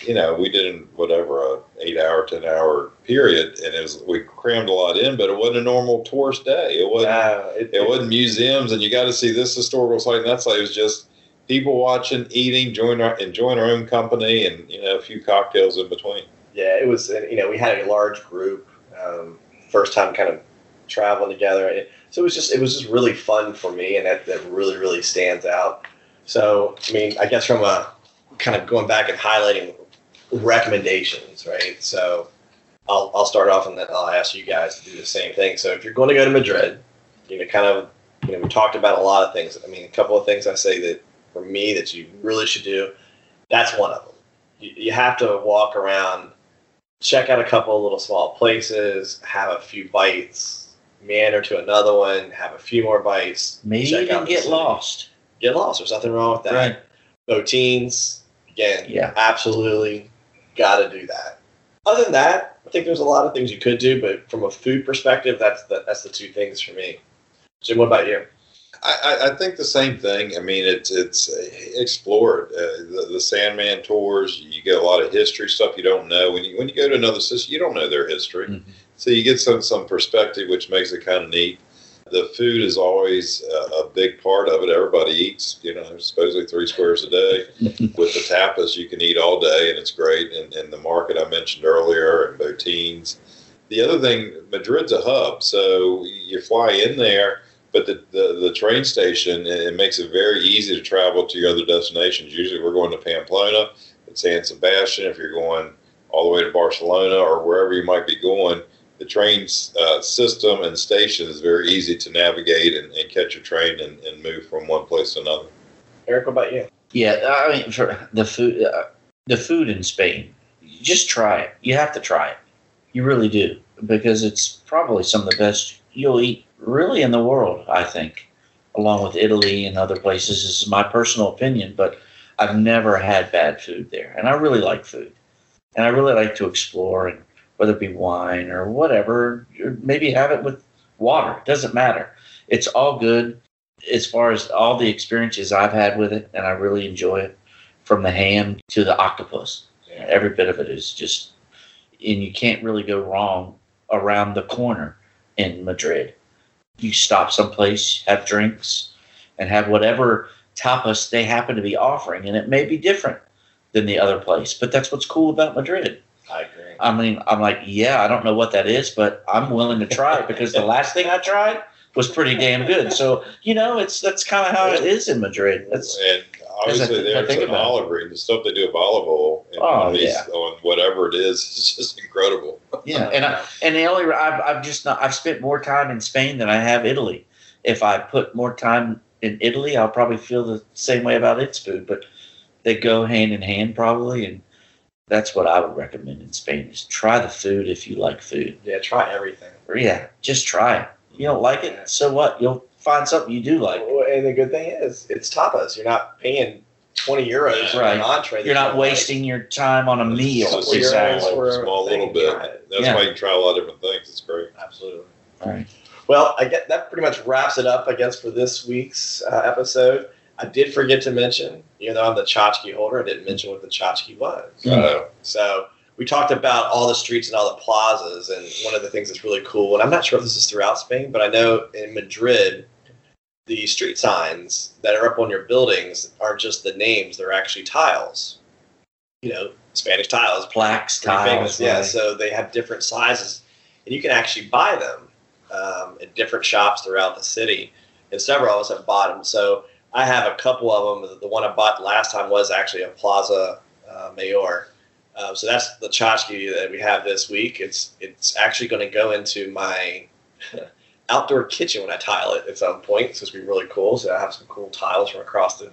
Speaker 4: you know we did in whatever a eight hour ten hour period and it was we crammed a lot in but it wasn't a normal tourist day it wasn't
Speaker 2: Wow, Uh, it,
Speaker 4: it wasn't museums and you got to see this historical site and that site. It was just people watching, eating, enjoying our, enjoying our own company, and you know a few cocktails in between.
Speaker 2: yeah, it was. and, You know, we had a large group, um, first time kind of traveling together, and so it was just, it was just really fun for me, and that, that really, really stands out. So, I mean, I guess from a kind of going back and highlighting recommendations, right? So, I'll I'll start off, and then I'll ask you guys to do the same thing. So, if you're going to go to Madrid, you know, kind of, you know, we talked about a lot of things. I mean, a couple of things I say that for me that you really should do. That's one of them. You, you have to walk around check out a couple of little small places, have a few bites, meander to another one, have a few more bites,
Speaker 3: Maybe
Speaker 2: Check
Speaker 3: even
Speaker 2: out the
Speaker 3: get
Speaker 2: city.
Speaker 3: lost.
Speaker 2: get lost. There's nothing wrong with that.
Speaker 3: Right.
Speaker 2: Poteins, again,
Speaker 3: Yeah.
Speaker 2: absolutely got to do that. Other than that, I think there's a lot of things you could do, but from a food perspective, that's the that's the two things for me. Jim, what about you?
Speaker 4: I, I- I think the same thing. I mean, it's it's uh, explore it. Uh, the, the Sandman tours, you get a lot of history stuff you don't know. When you when you go to another city, you don't know their history,
Speaker 3: Mhm. *laughs*
Speaker 4: so you get some some perspective, which makes it kind of neat. The food is always uh, a big part of it. Everybody eats, you know, supposedly three squares a day. With the tapas, you can eat all day, and it's great. And, and the market I mentioned earlier, and Botines. The other thing, Madrid's a hub, so you fly in there but the, the, the train station it it makes it very easy to travel to your other destinations. Usually, we're going to Pamplona, it's San Sebastian. If you're going all the way to Barcelona or wherever you might be going, the train uh, system and station is very easy to navigate and, and catch a train and, and move from one place to another.
Speaker 2: Eric, what about you?
Speaker 3: Yeah, I mean, for the food, uh, the food in Spain, just try it. You have to try it. You really do because it's probably some of the best you'll eat really in the world. I think, along with Italy and other places. This is my personal opinion, but I've never had bad food there, and I really like food, and I really like to explore and whether it be wine or whatever, or maybe have it with water. It doesn't matter. It's all good as far as all the experiences I've had with it, and I really enjoy it from the ham to the octopus. Every bit of it is just, and you can't really go wrong around the corner in Madrid. You stop someplace, have drinks, and have whatever tapas they happen to be offering, and it may be different than the other place, but that's what's cool about Madrid.
Speaker 2: I agree.
Speaker 3: I mean, I'm like, yeah, I don't know what that is, but I'm willing to try it because the last thing I tried was pretty damn good. So you know, it's that's kind of how it is in Madrid. That's
Speaker 4: and
Speaker 3: I
Speaker 4: obviously,
Speaker 3: think- I
Speaker 4: there's
Speaker 3: think
Speaker 4: an
Speaker 3: about it.
Speaker 4: olive green. The stuff they do at olive oil and
Speaker 3: Oh,
Speaker 4: on, these,
Speaker 3: yeah.
Speaker 4: on whatever it is, *laughs* it's just incredible.
Speaker 2: Um,
Speaker 3: yeah. And I, and the only I've I've just not I've spent more time in Spain than I have Italy. If I put more time in Italy, I'll probably feel the same way about its food. But they go hand in hand probably, and that's what I would recommend in Spain is try the food if you like food.
Speaker 2: Yeah, try everything.
Speaker 3: Or yeah, just try it. You don't like it, so what? You'll find something you do like.
Speaker 2: Well, and the good thing is, it's tapas. You're not paying 20 euros for
Speaker 3: Right.
Speaker 2: an entree. that
Speaker 3: You're not
Speaker 2: you don't like.
Speaker 3: wasting your time on a meal.
Speaker 4: Just
Speaker 2: Well, you're
Speaker 3: Exactly.
Speaker 2: always-
Speaker 4: a small little bit. That's
Speaker 3: Yeah.
Speaker 4: why you can try a lot of different things. It's great.
Speaker 2: Absolutely.
Speaker 3: All right.
Speaker 2: Well, I get that pretty much wraps it up, I guess, for this week's uh, episode. I did forget to mention, even though I'm the tchotchke holder, I didn't mention what the tchotchke was.
Speaker 4: Uh,
Speaker 2: So we talked about all the streets and all the plazas, and one of the things that's really cool, and I'm not sure if this is throughout Spain, but I know in Madrid, the street signs that are up on your buildings aren't just the names; they're actually tiles. You know, Spanish tiles,
Speaker 3: Plaques,
Speaker 2: pretty
Speaker 3: tiles.
Speaker 2: famous, yeah.
Speaker 3: right.
Speaker 2: So they have different sizes, and you can actually buy them um, in different shops throughout the city. And several of us have bought them. So I have a couple of them. The one I bought last time was actually a Plaza uh, Mayor. Um, so that's the tchotchke that we have this week. It's it's actually going to go into my *laughs* outdoor kitchen when I tile it at some point. It's going to be really cool. So I have some cool tiles from across the,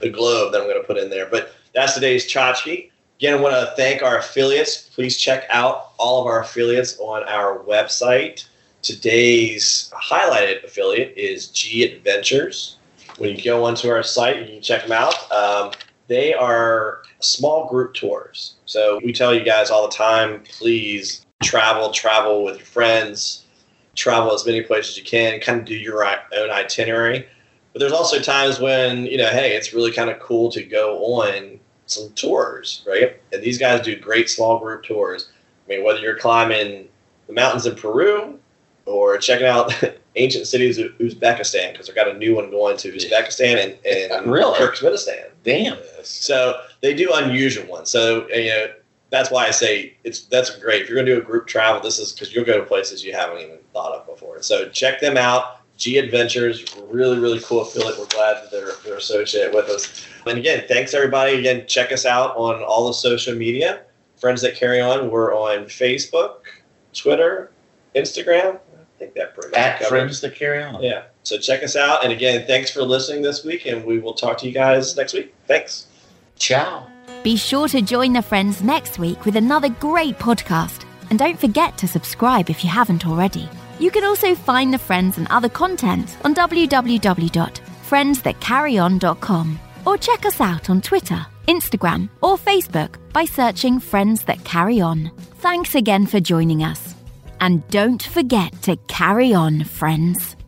Speaker 2: the globe that I'm going to put in there. But that's today's tchotchke. Again, I want to thank our affiliates. Please check out all of our affiliates on our website. Today's highlighted affiliate is G Adventures. When you go onto our site, you can check them out. Um, they are small group tours. So we tell you guys all the time please travel, travel with your friends, travel as many places as you can, kind of do your i- own itinerary. But there's also times when, you know, hey, it's really kind of cool to go on some tours, right? And these guys do great small group tours. I mean, whether you're climbing the mountains in Peru or checking out *laughs* ancient cities of Uzbekistan, because they've got a new one going to Uzbekistan and, and
Speaker 3: Really?
Speaker 2: Turkmenistan.
Speaker 3: Damn.
Speaker 2: So they do unusual ones. So you know that's why I say it's that's great. If you're going to do a group travel, this is because you'll go to places you haven't even thought of before. So check them out. G Adventures, really really cool affiliate. We're glad that they're they're associated with us. And again, thanks everybody. Again, check us out on all the social media. Friends that carry on. We're on Facebook, Twitter, Instagram. I think that pretty much
Speaker 3: At
Speaker 2: covers-
Speaker 3: friends that carry on.
Speaker 2: Yeah. So check us out. And again, thanks for listening this week. And we will talk to you guys next week. Thanks.
Speaker 3: Ciao.
Speaker 1: Be sure to join the friends next week with another great podcast And don't forget to subscribe if you haven't already. You can also find the Friends and other content on www.friendsthatcarryon.com or check us out on Twitter, Instagram, or Facebook by searching Friends That Carry On. Thanks again for joining us. And don't forget to carry on, friends.